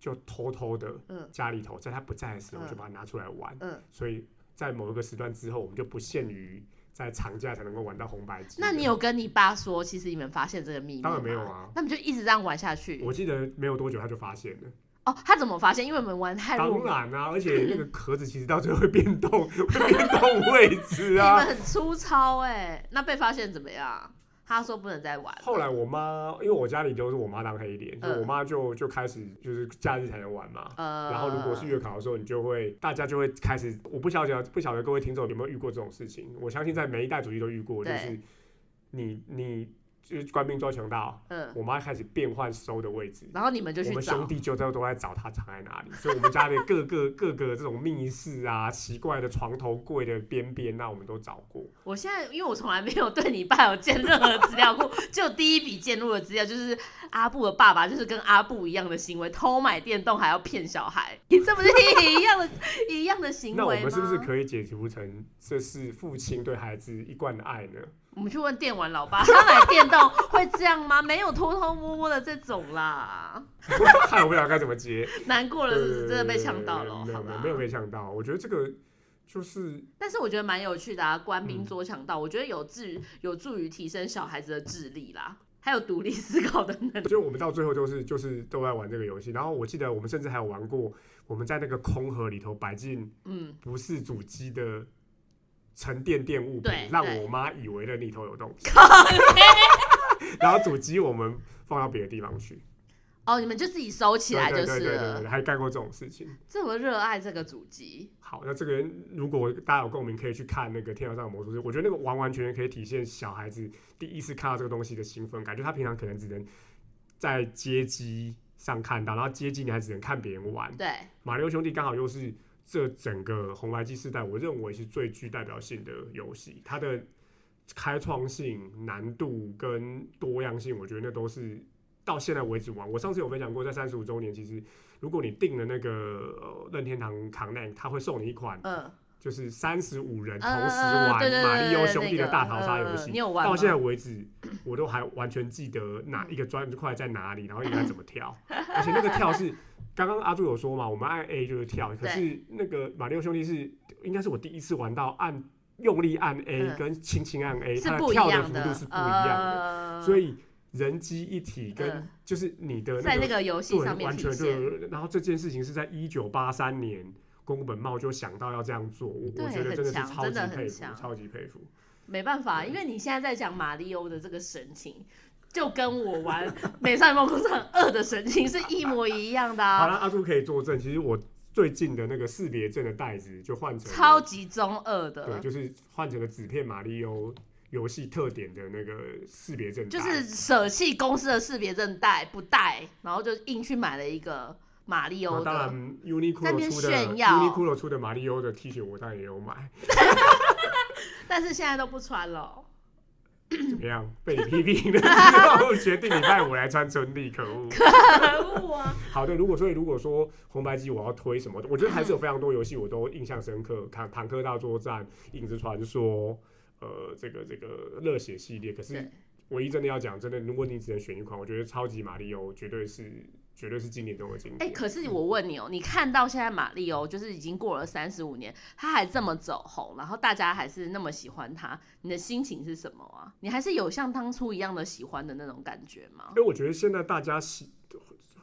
Speaker 2: 就偷偷的
Speaker 1: 嗯
Speaker 2: 家里头在他不在的时候
Speaker 1: 嗯
Speaker 2: 就把它拿出来玩，
Speaker 1: 嗯。
Speaker 2: 所以在某一个时段之后我们就不限于在长假才能够玩到红白机了，
Speaker 1: 那你有跟你爸说，其实你们发现这个秘密？
Speaker 2: 当然没有。啊，
Speaker 1: 那你们就一直这样玩下去。
Speaker 2: 我记得没有多久他就发现了。
Speaker 1: 哦，他怎么发现？因为我们玩太入
Speaker 2: 当
Speaker 1: 迷，
Speaker 2: 然啊，而且那个壳子其实到最后会变动，会变动位置
Speaker 1: 你们
Speaker 2: 啊。
Speaker 1: 很粗糙哎、那被发现怎么样？他说不能再玩了。
Speaker 2: 后来我妈，因为我家里都是我妈当黑脸，所以
Speaker 1: 嗯
Speaker 2: 我妈就就开始就是假日才能玩嘛。
Speaker 1: 呃，
Speaker 2: 然后如果是月考的时候，你就会大家就会开始，我不晓得不晓得各位听众有没有遇过这种事情？我相信在每一代主义都遇过，就
Speaker 1: 对
Speaker 2: 是你你就是官兵抓强盗，
Speaker 1: 嗯，
Speaker 2: 我妈开始变换收的位置。
Speaker 1: 然后你们就
Speaker 2: 我
Speaker 1: 去
Speaker 2: 们兄
Speaker 1: 找，
Speaker 2: 弟就都都在找他藏在哪里，所以我们家的各个各个这种密室啊、奇怪的床头柜的边边啊，我们都找过。
Speaker 1: 我现在因为我从来没有对你爸有建任何资料库， 就第一笔建入的资料就是阿布的爸爸，就是跟阿布一样的行为，偷买电动还要骗小孩， 这不是一样的 一样的行
Speaker 2: 那我
Speaker 1: 为吗？
Speaker 2: 们是不是可以解读成这是父亲对孩子一贯的爱呢？
Speaker 1: 我们去问电玩老爸，他买电动会这样吗？没有偷偷摸摸的这种啦，
Speaker 2: 看我不晓得该怎么接，
Speaker 1: 难过了是不是？真的被呛到了，
Speaker 2: 对没
Speaker 1: 好
Speaker 2: 有没有
Speaker 1: 吧
Speaker 2: 没？有被呛到。我觉得这个就是
Speaker 1: 但是我觉得蛮有趣的啊，官兵
Speaker 2: 嗯
Speaker 1: 捉强盗，我觉得有助于有助于提升小孩子的智力啦，还有独立思考的能力。
Speaker 2: 就我们到最后都是就是都在玩这个游戏。然后我记得我们甚至还有玩过，我们在那个空盒里头摆进
Speaker 1: 嗯，
Speaker 2: 不是主机的沉甸甸物品
Speaker 1: 对，
Speaker 2: 让
Speaker 1: 对
Speaker 2: 我妈以为那里 头有东西。然后主机我们放到别的地方去，
Speaker 1: 哦，你们就自己收起来就
Speaker 2: 对对
Speaker 1: 是
Speaker 2: 对对
Speaker 1: 了
Speaker 2: 对，。还干过这种事情。
Speaker 1: 这么热爱这个主机，
Speaker 2: 好，那这个人如果大家有共鸣，可以去看那个《天桥上的魔术师》，我觉得那个完完全全可以体现小孩子第一次看到这个东西的兴奋感，就他平常可能只能在街机上看到，然后街机你还只能看别人玩。
Speaker 1: 对，
Speaker 2: 马里奥兄弟刚好又是这整个红白机世代，我认为是最具代表性的游戏，它的开创性、难度跟多样性，我觉得那都是到现在为止玩。我上次有分享过，在三十五周年，其实如果你订了那个呃任天堂 Connect，它会送你一款
Speaker 1: 嗯，
Speaker 2: 就是三十五人同
Speaker 1: 嗯
Speaker 2: 时
Speaker 1: 嗯嗯
Speaker 2: 玩
Speaker 1: 对对对
Speaker 2: 马里奥
Speaker 1: 对对
Speaker 2: 兄弟的
Speaker 1: 那个
Speaker 2: 大逃杀游
Speaker 1: 嗯
Speaker 2: 戏
Speaker 1: 嗯你。有玩
Speaker 2: 到
Speaker 1: 吗？
Speaker 2: 现在为止，我都还完全记得哪一个砖块在哪里，然后应该怎么 跳，而且那个跳是刚刚阿朱有说嘛，我们按 A 就是跳，可是那个马里奥兄弟是应该是我第一次玩到按用力按 A
Speaker 1: 嗯
Speaker 2: 跟轻轻按 A，、
Speaker 1: 是
Speaker 2: 它的
Speaker 1: 不一
Speaker 2: 跳的
Speaker 1: 样
Speaker 2: 幅度是不一样的，
Speaker 1: 呃、
Speaker 2: 所以人机一体跟
Speaker 1: 嗯
Speaker 2: 就是你的
Speaker 1: 在
Speaker 2: 那
Speaker 1: 那
Speaker 2: 个
Speaker 1: 个游戏
Speaker 2: 对
Speaker 1: 上面
Speaker 2: 完
Speaker 1: 体
Speaker 2: 全
Speaker 1: 现，
Speaker 2: 对，然后这件事情是在一九八三年。宫本茂就想到要这样做，我我
Speaker 1: 对
Speaker 2: 觉得
Speaker 1: 很
Speaker 2: 真的是
Speaker 1: 强
Speaker 2: 超
Speaker 1: 真
Speaker 2: 级
Speaker 1: 的很
Speaker 2: 佩服，
Speaker 1: 强
Speaker 2: 超级佩服。
Speaker 1: 没办法，因为你现在在讲马里欧的这个神情。就跟我 玩《美少女梦工厂二》的神情是一模一样的、
Speaker 2: 好
Speaker 1: 啊，
Speaker 2: 了，阿朱可以作证，其实我最近的那个识别证的袋子就换成了
Speaker 1: 超级中二
Speaker 2: 对，
Speaker 1: 的，
Speaker 2: 就是换成了纸片马里欧游戏特点的那个识别证袋，
Speaker 1: 就是舍弃公司的识别证带不带，然后就硬去买了一个马里
Speaker 2: 然
Speaker 1: 欧
Speaker 2: 后哦当
Speaker 1: 的。
Speaker 2: 然
Speaker 1: 在那
Speaker 2: Uniqlo
Speaker 1: 边
Speaker 2: 出的
Speaker 1: 炫耀
Speaker 2: Uniqlo 出的马里欧的 T 恤我当然也有买，
Speaker 1: 但是现在都不穿了，哦
Speaker 2: 怎么样？被你批评了之后， 决定礼拜五来穿春丽，可恶。
Speaker 1: 可恶啊！
Speaker 2: 好的，如果所以如果说红白机我要推什么，我觉得还是有非常多游戏我都印象深刻，看《坦克大作战》《影子传说》呃，这个这个热血系列。可是
Speaker 1: 对
Speaker 2: 唯一真的要讲，真的，如果你只能选一款，我觉得超级马里奥绝对是绝对是经典中的经
Speaker 1: 哎、
Speaker 2: 典。
Speaker 1: 可是我问你哦、你看到现在马里奥就是已经过了三十五年，他还这么走红，然后大家还是那么喜欢他，你的心情是什么啊？你还是有像当初一样的喜欢的那种感觉吗
Speaker 2: 因？哎为我觉得现在大家喜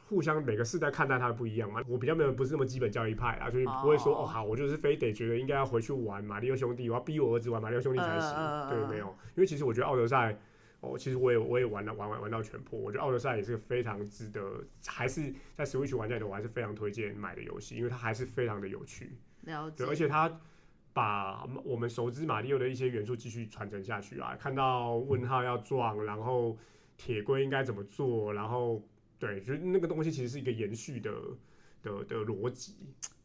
Speaker 2: 互相每个世代看待它不一样嘛，我比较没有不是那么基本教育派啊，所以不会说
Speaker 1: 哦
Speaker 2: 哦好，我就是非得觉得应该要回去玩马里奥兄弟，我要逼我儿子玩马里奥兄弟才行。
Speaker 1: 嗯嗯嗯
Speaker 2: 对，
Speaker 1: 嗯
Speaker 2: 没有，因为其实我觉得奥德赛，哦，其实我也我也玩了玩玩玩到全破，我觉得奥德赛也是非常值得，还是在 Switch 玩家里头我还是非常推荐买的游戏，因为它还是非常的有趣。
Speaker 1: 了解
Speaker 2: 对，，而且他把我们熟知马里奥的一些元素继续传承下去啊，看到问号要撞，然后铁龟应该怎么做，然后对，就是那个东西其实是一个延续的的的逻辑。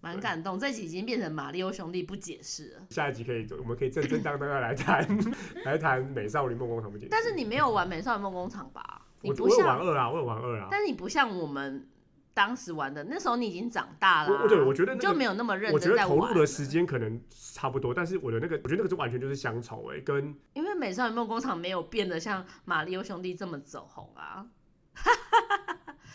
Speaker 1: 蛮感动。这集已经变成马里奥兄弟不解释了，
Speaker 2: 下一集可以，我们可以正正当当的来谈 来谈美少女梦工厂不解释
Speaker 1: 但是你没有玩《美少女梦工厂》吧？你
Speaker 2: 我
Speaker 1: 不
Speaker 2: 我有玩
Speaker 1: 像，
Speaker 2: 二啊，我有玩二啊。
Speaker 1: 但是你不像我们当时玩的，那时候你已经长大了啊、
Speaker 2: 我对我觉得那
Speaker 1: 你
Speaker 2: 个
Speaker 1: 就没有那么认
Speaker 2: 我觉
Speaker 1: 真
Speaker 2: 得
Speaker 1: 在
Speaker 2: 投入
Speaker 1: 玩
Speaker 2: 的
Speaker 1: 了。
Speaker 2: 时间可能差不多，但是我的那个，我觉得那个就完全就是乡愁哎、跟
Speaker 1: 因为《美少女梦工厂》没有变得像《马里奥兄弟》这么走红啊，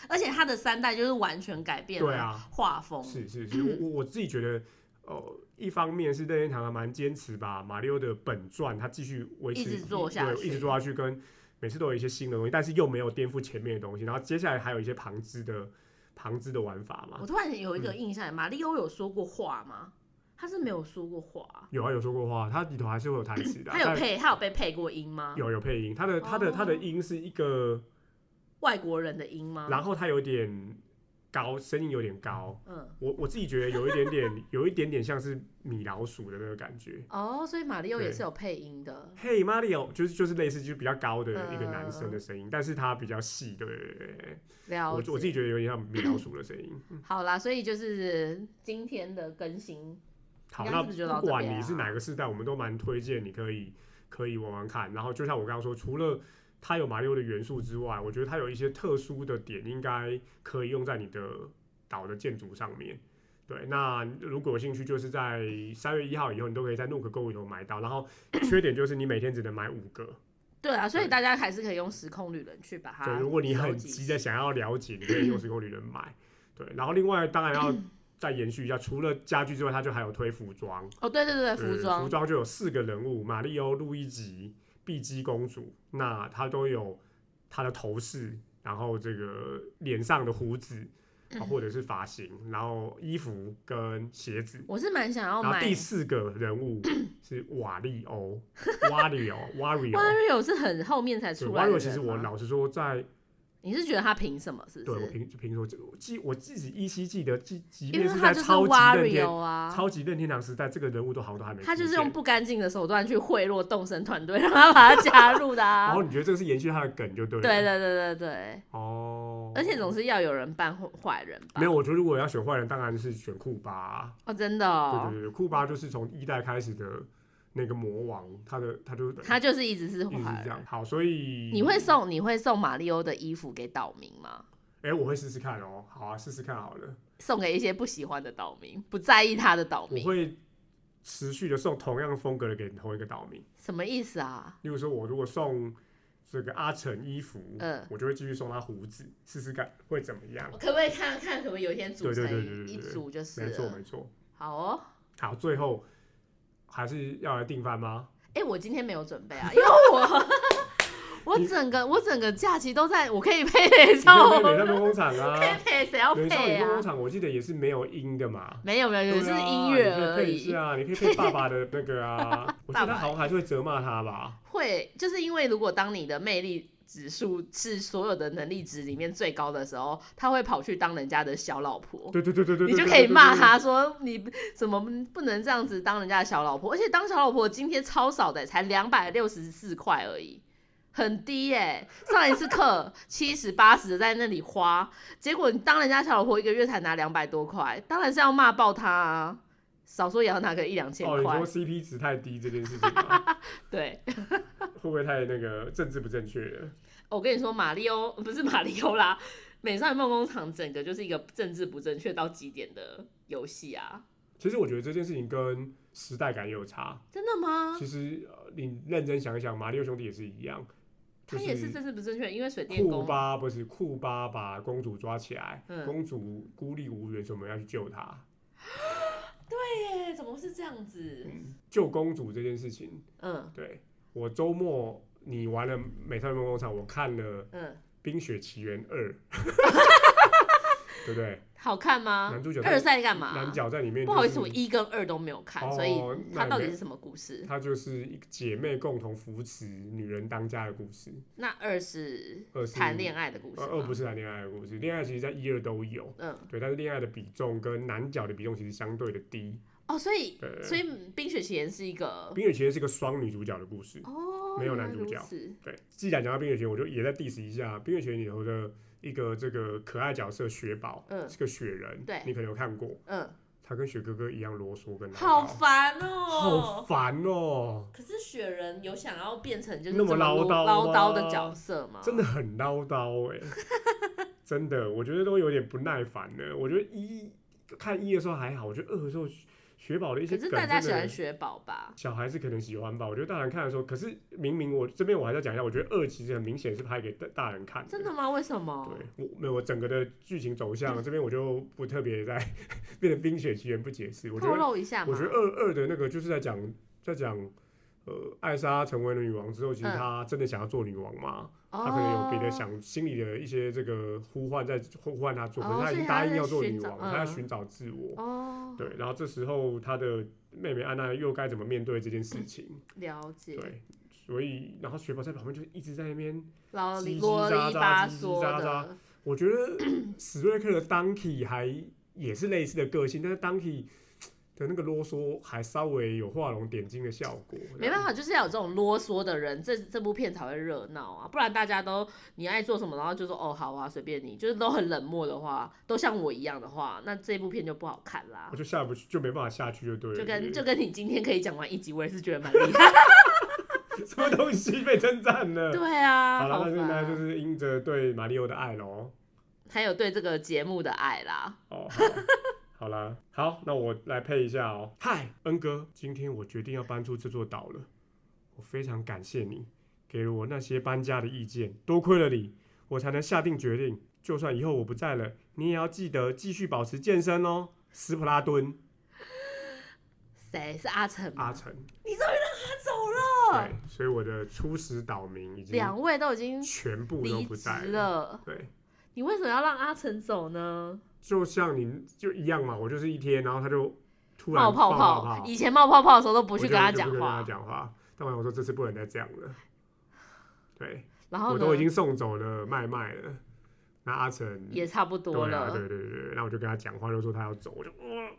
Speaker 1: 而且它的三代就是完全改变
Speaker 2: 对
Speaker 1: 了
Speaker 2: 啊
Speaker 1: 画风，
Speaker 2: 是是是，我我我自己觉得，呃，一方面是任天堂还蛮坚持把马里奥的本传它继续维持
Speaker 1: 一直做下
Speaker 2: 对一直
Speaker 1: 去
Speaker 2: 做下去，跟每次都有一些新的东西，但是又没有颠覆前面的东西，然后接下来还有一些旁支的旁支的玩法嘛
Speaker 1: 我。突然有一个印
Speaker 2: 嗯
Speaker 1: 象，马里奥有说过话吗？他是没有说过话，
Speaker 2: 有啊，有说过话，它里头还是会有台词 的啊、
Speaker 1: 他有
Speaker 2: 但
Speaker 1: 配，他有被配过音吗？
Speaker 2: 有有配音，它的它的它的
Speaker 1: 哦
Speaker 2: 音是一个，
Speaker 1: 外国人的音吗？
Speaker 2: 然后它有点高，声音有点高。
Speaker 1: 嗯，
Speaker 2: 我我自己觉得有一点点，有一点点像是米老鼠的那个感觉。
Speaker 1: 哦，所以马里奥
Speaker 2: 对
Speaker 1: 也是有配音的，
Speaker 2: 嘿，Mario，就是就是类似就是比较高的一个
Speaker 1: 嗯
Speaker 2: 男生的声音，但是他比较细，对对对对对。我
Speaker 1: 了
Speaker 2: 我
Speaker 1: 解。
Speaker 2: 自己觉得有点像米老鼠的声 音。
Speaker 1: 好啦，所以就是今天的更新，
Speaker 2: 好，
Speaker 1: 应该
Speaker 2: 那
Speaker 1: 是不是就到
Speaker 2: 不
Speaker 1: 这
Speaker 2: 管
Speaker 1: 边
Speaker 2: 你
Speaker 1: 啊
Speaker 2: 是哪个世代，我们都蛮推荐你可以可以玩玩看。然后就像我刚刚说，除了它有马里奥的元素之外，我觉得它有一些特殊的点，应该可以用在你的岛的建筑上面。对，那如果有兴趣，就是在三月一号以后，你都可以在 Nook 购物里头买到。然后 缺点就是你每天只能买五个，
Speaker 1: 对啊，所以
Speaker 2: 对
Speaker 1: 大家还是可以用时空旅人去把它收
Speaker 2: 对，
Speaker 1: 集。
Speaker 2: 如果你很急的想要了解，你可以 用时空旅人买。对，然后另外当然要再延续一下，除了家具之外，它就还有推服装。
Speaker 1: 哦，对对
Speaker 2: 对
Speaker 1: 对，服装
Speaker 2: 服，装就有四个人物：马里欧、路易吉、碧姬公主。那她都有她的头饰，然后这个脸上的胡子，
Speaker 1: 嗯
Speaker 2: 啊或者是发型，然后衣服跟鞋子。
Speaker 1: 我是蛮想要
Speaker 2: 然后
Speaker 1: 买
Speaker 2: 第四个人 物是瓦利欧 ，Wario，Wario。
Speaker 1: Wario 是很后面才出来的人
Speaker 2: Wario
Speaker 1: 吗。
Speaker 2: 其实我老实说，在
Speaker 1: 你是觉得他凭什么？是
Speaker 2: 对
Speaker 1: 不
Speaker 2: 我
Speaker 1: 是？
Speaker 2: 凭凭说，我记我自己依稀记得，即即
Speaker 1: 因为
Speaker 2: 便
Speaker 1: 他
Speaker 2: 在
Speaker 1: 就是
Speaker 2: 超级任天、
Speaker 1: Wario 啊，
Speaker 2: 超级任天堂时代，这个人物都好像都还没出现。
Speaker 1: 他就是用不干净的手段去贿赂动森团队，让他把他加入的啊
Speaker 2: 然哦后。你觉得这个是延续他的梗就对了。
Speaker 1: 对对对对对，
Speaker 2: 哦，
Speaker 1: 而且总是要有人扮坏坏人吧？
Speaker 2: 没有，我觉得如果要选坏人，当然是选库巴啊。
Speaker 1: 哦，真的
Speaker 2: 对
Speaker 1: 哦
Speaker 2: 对，对，库巴就是从一代开始的那个魔王，他的他就
Speaker 1: 他就是一直是
Speaker 2: 一直是
Speaker 1: 坏
Speaker 2: 这
Speaker 1: 人。
Speaker 2: 样。好，所以
Speaker 1: 你会送你会送马里欧的衣服给岛民吗？
Speaker 2: 哎，我会试试看哦。好啊，试试看好了。
Speaker 1: 送给一些不喜欢的岛民，不在意他的岛
Speaker 2: 我
Speaker 1: 民，
Speaker 2: 会持续的送同样风格的给同一个岛民。
Speaker 1: 什么意思啊？
Speaker 2: 例如说，我如果送这个阿成衣服，
Speaker 1: 嗯
Speaker 2: 我就会继续送他胡子，试试看会怎么样。
Speaker 1: 可不可以看看，可不可以有一天组
Speaker 2: 对对
Speaker 1: 成
Speaker 2: 对对对对
Speaker 1: 一
Speaker 2: 对
Speaker 1: 组就是
Speaker 2: 没错
Speaker 1: 了？
Speaker 2: 没错。
Speaker 1: 好哦。
Speaker 2: 好，最后还是要来订饭吗？
Speaker 1: 哎、我今天没有准备 啊，因为我我
Speaker 2: 你
Speaker 1: 整个我整个假期都在，我可以配美
Speaker 2: 你可以
Speaker 1: 少
Speaker 2: 配美少女工厂啊，
Speaker 1: 配 配谁要
Speaker 2: 美少
Speaker 1: 配
Speaker 2: 女
Speaker 1: 啊
Speaker 2: 工？厂我记得也是没有音的嘛。
Speaker 1: 没有没有，
Speaker 2: 对
Speaker 1: 有
Speaker 2: 啊
Speaker 1: 是音乐
Speaker 2: 你可以
Speaker 1: 而
Speaker 2: 配一啊
Speaker 1: 已。
Speaker 2: 下，你可以配爸爸的那个啊。我觉得他好像还是会责骂他吧。
Speaker 1: 会就是因为如果当你的魅力指数是所有的能力值里面最高的时候，他会跑去当人家的小老婆。
Speaker 2: 对对对对对，
Speaker 1: 你就
Speaker 2: 对
Speaker 1: 可以
Speaker 2: 对
Speaker 1: 骂。
Speaker 2: 对对对
Speaker 1: 他说你怎么不能这样子当人家的小老婆，而且当小老婆津贴超少的，才两百六十四块而已，很低耶、上一 次课七十八十在那里花，结果你当人家小老婆一个月才拿两百多块，当然是要骂爆他啊，少说也要拿个一两千
Speaker 2: 哦，你
Speaker 1: 块
Speaker 2: 说，CP 值太低这件事情啊，
Speaker 1: 对。
Speaker 2: 会不会太那个政治不正确了？
Speaker 1: 我跟你说，马里欧不是马里欧啦，《美少女梦工厂》整个就是一个政治不正确到极点的游戏啊！
Speaker 2: 其实我觉得这件事情跟时代感也有差。
Speaker 1: 真的吗？
Speaker 2: 其实呃你认真想一想，马里奥兄弟也是一样，
Speaker 1: 它
Speaker 2: 就
Speaker 1: 也是政治不正确，因为水电
Speaker 2: 库
Speaker 1: 工
Speaker 2: 巴不是库巴把公主抓起来，
Speaker 1: 嗯
Speaker 2: 公主孤立无援，所以我们要去救她。
Speaker 1: 对耶，怎么是这样子？
Speaker 2: 救公主这件事情，
Speaker 1: 嗯
Speaker 2: 对我周末你玩了《美少女梦工厂》，我看了《
Speaker 1: 嗯，
Speaker 2: 冰雪奇缘二》，对不对？
Speaker 1: 好看吗
Speaker 2: 男主角？在
Speaker 1: 二赛干嘛？
Speaker 2: 男角在里面、
Speaker 1: 不好意思，我一跟二都没有看，
Speaker 2: 哦
Speaker 1: 所以它到底
Speaker 2: 那
Speaker 1: 是什么故事？
Speaker 2: 他就是一个姐妹共同扶持女人当家的故事，
Speaker 1: 那二是
Speaker 2: 二是
Speaker 1: 谈恋爱的故事啊
Speaker 2: 呃，
Speaker 1: 吗？
Speaker 2: 二不是谈恋爱的故事，恋爱其实在一二都有，
Speaker 1: 嗯
Speaker 2: 对，但是恋爱的比重跟男角的比重其实相对的低。
Speaker 1: 哦，所以
Speaker 2: 对对
Speaker 1: 所以《冰雪奇缘》是一个
Speaker 2: 冰雪奇缘是个双女主角的故事，
Speaker 1: 哦，
Speaker 2: 没有
Speaker 1: 原来
Speaker 2: 男主
Speaker 1: 如
Speaker 2: 角
Speaker 1: 此
Speaker 2: 对。既然讲到冰雪奇缘，我就也在 diss 一下冰雪奇缘里头的一个这个可爱角色雪宝，
Speaker 1: 嗯
Speaker 2: 是个雪人，
Speaker 1: 对
Speaker 2: 你可能有看过，
Speaker 1: 嗯，
Speaker 2: 他跟雪哥哥一样啰嗦跟唠叨
Speaker 1: 好烦哦，
Speaker 2: 好烦哦，
Speaker 1: 可是雪人有想要变成就是
Speaker 2: 那
Speaker 1: 这
Speaker 2: 么
Speaker 1: 么
Speaker 2: 唠
Speaker 1: 唠
Speaker 2: 叨
Speaker 1: 唠
Speaker 2: 吗
Speaker 1: 叨的角色吗？
Speaker 2: 真的很唠叨哎、 真的，我觉得都有点不耐烦了。我觉得一看一的时候还好，我觉得二的时候雪宝的一些
Speaker 1: 可
Speaker 2: 梗
Speaker 1: 是
Speaker 2: 真
Speaker 1: 大
Speaker 2: 的，
Speaker 1: 家喜欢雪宝吧？
Speaker 2: 小孩子可能喜欢吧。我觉得大人看的时候，可是明明我这边我还是要讲一下，我觉得二其实很明显是拍给大大人看的。
Speaker 1: 真的吗？嗯为什么？
Speaker 2: 对，我没有我整个的剧情走向，这边我就不特别在 变成冰雪奇缘不解释。我觉
Speaker 1: 透
Speaker 2: 得
Speaker 1: 露一下嘛。
Speaker 2: 我觉得二二的那个就是在讲在讲呃艾莎成为了女王之后，其实
Speaker 1: 嗯
Speaker 2: 她真的想要做女王吗？
Speaker 1: 哦，
Speaker 2: 他可能有别的想心里的一些这个呼唤在呼唤他做，可
Speaker 1: 哦
Speaker 2: 是他已
Speaker 1: 所
Speaker 2: 经
Speaker 1: 以他
Speaker 2: 答应
Speaker 1: 在
Speaker 2: 要做
Speaker 1: 寻
Speaker 2: 女
Speaker 1: 找
Speaker 2: 王，他在
Speaker 1: 嗯
Speaker 2: 寻找自我。
Speaker 1: 哦，
Speaker 2: 对，然后这时候他的妹妹安娜又该怎么面对这件事情？
Speaker 1: 了解，
Speaker 2: 对，所以然后雪宝在旁边就一直在那边，
Speaker 1: 老
Speaker 2: 叽叽
Speaker 1: 里啰
Speaker 2: 喳喳
Speaker 1: 里吧
Speaker 2: 叽叽
Speaker 1: 嗦
Speaker 2: 喳
Speaker 1: 的，
Speaker 2: 我觉得史瑞克的 Donkey 还也是类似的个性，但是 Donkey 的那个啰嗦还稍微有画龙点睛的效果。
Speaker 1: 没办法，就是要有这种啰嗦的人，这这部片才会热闹啊，不然大家都你爱做什么，然后就说哦好啊，随便你，就是都很冷漠的话，都像我一样的话，那这部片就不好看啦
Speaker 2: 我。就下不去，就没办法下去，就对了。
Speaker 1: 就
Speaker 2: 对
Speaker 1: 跟
Speaker 2: 不
Speaker 1: 就
Speaker 2: 对
Speaker 1: 跟你今天可以讲完一集，我也是觉得蛮厉害。
Speaker 2: 什么东西被称赞 了。
Speaker 1: 对啊，
Speaker 2: 好了，那
Speaker 1: 烦
Speaker 2: 现在
Speaker 1: 啊
Speaker 2: 就是因着对马里奥的爱喽。
Speaker 1: 还有对这个节目的爱啦。
Speaker 2: 哦，好 好啦，好，那我来配一下哦。嗨，恩哥，今天我决定要搬出这座岛了，我非常感谢你给了我那些搬家的意见，多亏了你，我才能下定决定。就算以后我不在了，你也要记得继续保持健身哦。斯普拉敦，
Speaker 1: 谁是阿成吗？
Speaker 2: 阿成，
Speaker 1: 他走了，
Speaker 2: 对，所以我的初始岛民已经
Speaker 1: 哦两位都已经
Speaker 2: 全部都
Speaker 1: 离
Speaker 2: 不
Speaker 1: 职
Speaker 2: 在了。
Speaker 1: 了，
Speaker 2: 对，
Speaker 1: 你为什么要让阿成走呢？
Speaker 2: 就像你就一样嘛，我就是一天，然后他就突然
Speaker 1: 冒泡
Speaker 2: 爆
Speaker 1: 泡，以前冒泡泡的时候都不
Speaker 2: 我
Speaker 1: 去
Speaker 2: 就
Speaker 1: 跟他
Speaker 2: 就不
Speaker 1: 讲
Speaker 2: 跟他
Speaker 1: 话，
Speaker 2: 讲话。但我想说这次不能再这样了。对，
Speaker 1: 然后
Speaker 2: 我
Speaker 1: 呢
Speaker 2: 都已？经送走了麦麦了，那阿成
Speaker 1: 也差不多
Speaker 2: 对
Speaker 1: 了。
Speaker 2: 啊，对对对对，那我就跟他讲话，就说他要走，我就哇。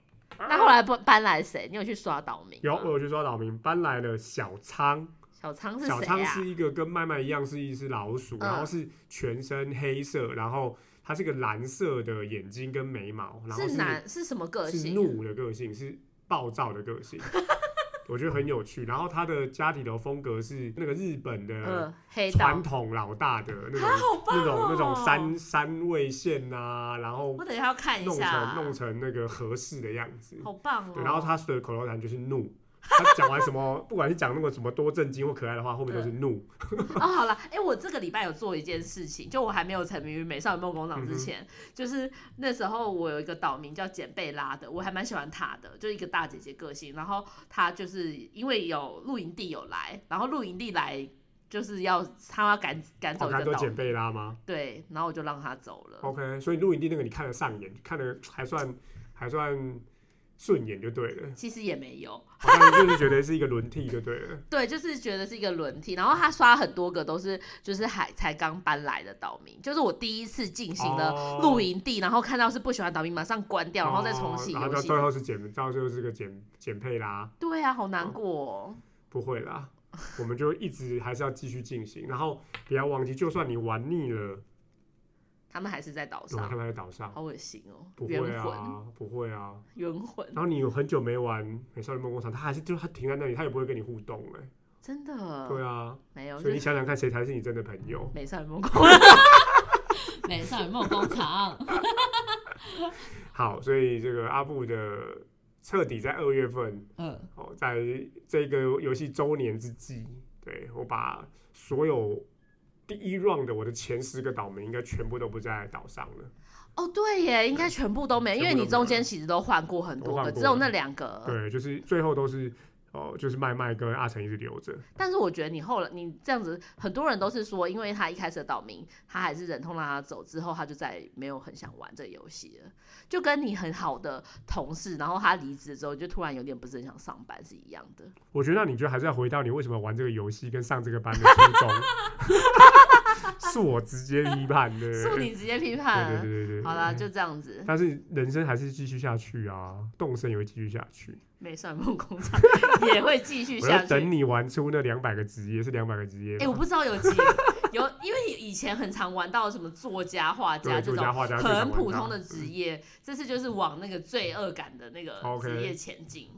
Speaker 1: 那后来搬搬来谁？你有去刷岛民吗？
Speaker 2: 有，呃我就说岛民搬来了小仓，
Speaker 1: 小仓是
Speaker 2: 小
Speaker 1: 谁
Speaker 2: 仓
Speaker 1: 啊？
Speaker 2: 是一个跟麦麦一样是一只老鼠，
Speaker 1: 嗯
Speaker 2: 然后是全身黑色，然后它是个蓝色的眼睛跟眉毛，然后
Speaker 1: 啊是
Speaker 2: 是
Speaker 1: 男是什么个
Speaker 2: 是
Speaker 1: 性？
Speaker 2: 怒的个性，是暴躁的 个性，我觉得很有趣。然后它的家里的风格是那个日本的
Speaker 1: 呃，黑
Speaker 2: 传
Speaker 1: 道。
Speaker 2: 统老大的那种、
Speaker 1: 啊好棒
Speaker 2: 那种那种
Speaker 1: 哦
Speaker 2: 三三味线啊，然后
Speaker 1: 我等一下要看一
Speaker 2: 弄
Speaker 1: 下啊
Speaker 2: 成，弄成那个合适的样子，
Speaker 1: 好棒哦！
Speaker 2: 对，然后他的口头禅就是怒，他讲完什么， 不管是讲那个什么多震惊或可爱的话，后面都是怒。
Speaker 1: 哦，好了，哎、我这个礼拜有做一件事情，就我还没有沉迷于《美少女梦工厂》之前，就是那时候我有一个岛名叫简贝拉的，我还蛮喜欢她的，就是一个大姐姐个性。然后她就是因为有露营地有来，然后露营地来就是要她要赶赶
Speaker 2: 好
Speaker 1: 嗯走一
Speaker 2: 看哦
Speaker 1: 个嗯
Speaker 2: 都
Speaker 1: 岛
Speaker 2: 简，贝拉吗
Speaker 1: 对，然后我就让她走了。
Speaker 2: ？OK，所以录影地那个你看得上眼，看得还算还算顺眼就对了，
Speaker 1: 其实也没有，
Speaker 2: 好像就是觉得是一个轮替就对了。
Speaker 1: 对，就是觉得是一个轮替。然后她刷很多个都是就是还才刚搬来的岛民，就是我第一次进 行了
Speaker 2: 哦
Speaker 1: 露营地，然后看到是不喜欢岛民，马上关掉，然后再重启
Speaker 2: 哦然后
Speaker 1: 游
Speaker 2: 到
Speaker 1: 戏
Speaker 2: 最。后是简，到最后是个简简配啦，
Speaker 1: 对啊，好难过、哦。
Speaker 2: 不会啦，我们就一直还是要继续进行，然后不要忘记，就算你玩腻了，
Speaker 1: 他们还是在岛
Speaker 2: 我
Speaker 1: 上，
Speaker 2: 他们在岛上，
Speaker 1: 好恶心哦
Speaker 2: 不，会
Speaker 1: 冤魂，
Speaker 2: 啊，不会啊，
Speaker 1: 冤魂，
Speaker 2: 然后你有很久没玩《美少女梦工厂》，他还是就他停在那里，他也不会跟你互动哎、
Speaker 1: 真的，
Speaker 2: 对啊，
Speaker 1: 没有，
Speaker 2: 所以
Speaker 1: 就
Speaker 2: 你
Speaker 1: 是
Speaker 2: 想想看，谁才是你真的朋友？
Speaker 1: 美少女梦工，
Speaker 3: 美少女梦工厂，
Speaker 2: 好，所以这个阿布的彻底在二月份
Speaker 3: 嗯，
Speaker 2: 哦，在这个游戏周年之际，对我把所有第一 round 的我的前十个岛民应该全部都不在岛上了。
Speaker 1: 哦，对耶，应该全部都没，因为你中间其实都换过很
Speaker 2: 都
Speaker 1: 多
Speaker 2: 换
Speaker 1: 个，
Speaker 2: 过
Speaker 1: 只有那两个。
Speaker 2: 对，就是最后都是哦，就是麦麦跟阿成一直留着。
Speaker 1: 但是我觉得你后来你这样子，很多人都是说，因为他一开始的岛民，他还是忍痛让他走，之后他就再也没有很想玩这个游戏了，就跟你很好的同事，然后他离职之后，就突然有点不是很想上班是一样的。
Speaker 2: 我觉得那你就还是要回到你为什么玩这个游戏跟上这个班的初衷， 是我直接批判的。
Speaker 1: 恕你直接批判。啊
Speaker 2: 对对对对对，嗯
Speaker 1: 好啦，就这样 子。
Speaker 2: 但是人生还是继续下去啊，动身也会继续下去。
Speaker 1: 美少女梦工厂也会继续
Speaker 2: 我
Speaker 1: 下
Speaker 2: 要
Speaker 1: 去。
Speaker 2: 等你玩出那两百个职业，是两百个职业
Speaker 1: 哎、
Speaker 2: 吗。
Speaker 1: 我不知道有几有，因为以前很常玩到什么作家、画家
Speaker 2: 对，
Speaker 1: 这
Speaker 2: 作家、
Speaker 1: 种
Speaker 2: 画家最常
Speaker 1: 很
Speaker 2: 玩
Speaker 1: 普
Speaker 2: 到嗯
Speaker 1: 通的职业，这次就是往那个罪恶感的那个
Speaker 2: OK
Speaker 1: 职业前进。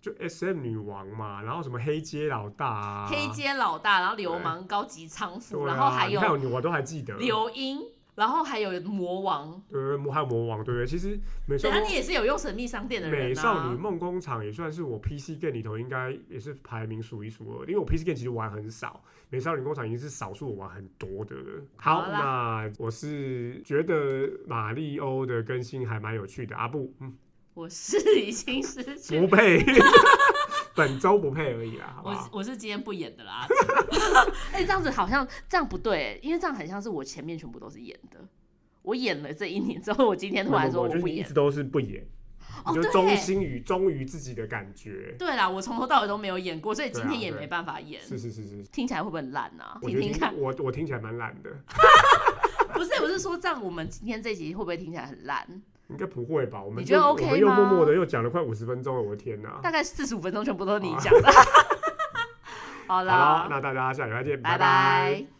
Speaker 2: 就 S M 女王嘛，然后什么黑街老大、啊、
Speaker 1: 黑街老大，然后流氓、高级娼妇，
Speaker 2: 对啊，
Speaker 1: 然后还
Speaker 2: 你
Speaker 1: 有
Speaker 2: 看我我都还记得，
Speaker 1: 刘英，然后还有魔王。
Speaker 2: 对，魔还有魔王，对不对？其实美少
Speaker 1: 等下你
Speaker 2: 女
Speaker 1: 也是有用神秘商店的人、啊、
Speaker 2: 美少女梦工厂也算是我 P C game 里头应该也是排名数一数二，因为我 P C game 其实玩很少，美少女工厂已经是少数我玩很多的了。好，
Speaker 1: 好
Speaker 2: 那我是觉得马里欧的更新还蛮有趣的，阿 布，嗯。
Speaker 1: 我是已经失去
Speaker 2: 不配， 本周不配而已啦，好不
Speaker 3: 我是
Speaker 2: 好？
Speaker 3: 我是今天不演的啦，
Speaker 1: 哎、这样 子好像这样不对，因为这样很像是我前面全部都是演的。我演了这一年之后，我今天突然说我
Speaker 2: 就是
Speaker 1: 不
Speaker 2: 你一
Speaker 1: 演
Speaker 2: 直。都是不演，
Speaker 1: 哦，
Speaker 2: 你就
Speaker 1: 对
Speaker 2: 忠
Speaker 1: 耶，
Speaker 2: 心于忠于自己的感觉。
Speaker 1: 对啦，我从头到尾都没有演过，所以今
Speaker 2: 对啊
Speaker 1: 天也
Speaker 2: 对
Speaker 1: 没办法演。
Speaker 2: 是是是是，
Speaker 1: 听起来会不会很烂啊？
Speaker 2: 我
Speaker 1: 哦听
Speaker 2: 觉得
Speaker 1: 听看，
Speaker 2: 我我听起来蛮懒的，
Speaker 1: 不是，我是说这样，我们今天这集会不会听起来很烂？
Speaker 2: 应该不会吧？我们
Speaker 1: 你觉得
Speaker 2: 又
Speaker 1: OK
Speaker 2: 我们又
Speaker 1: 吗
Speaker 2: 默默的又讲了快五十分钟了，我的天哪！
Speaker 1: 大概四十五 分钟全部都是你讲的。好
Speaker 2: 哦好啦，
Speaker 1: 啦，
Speaker 2: 那大家下礼拜见，
Speaker 1: 拜
Speaker 2: 拜
Speaker 1: 拜。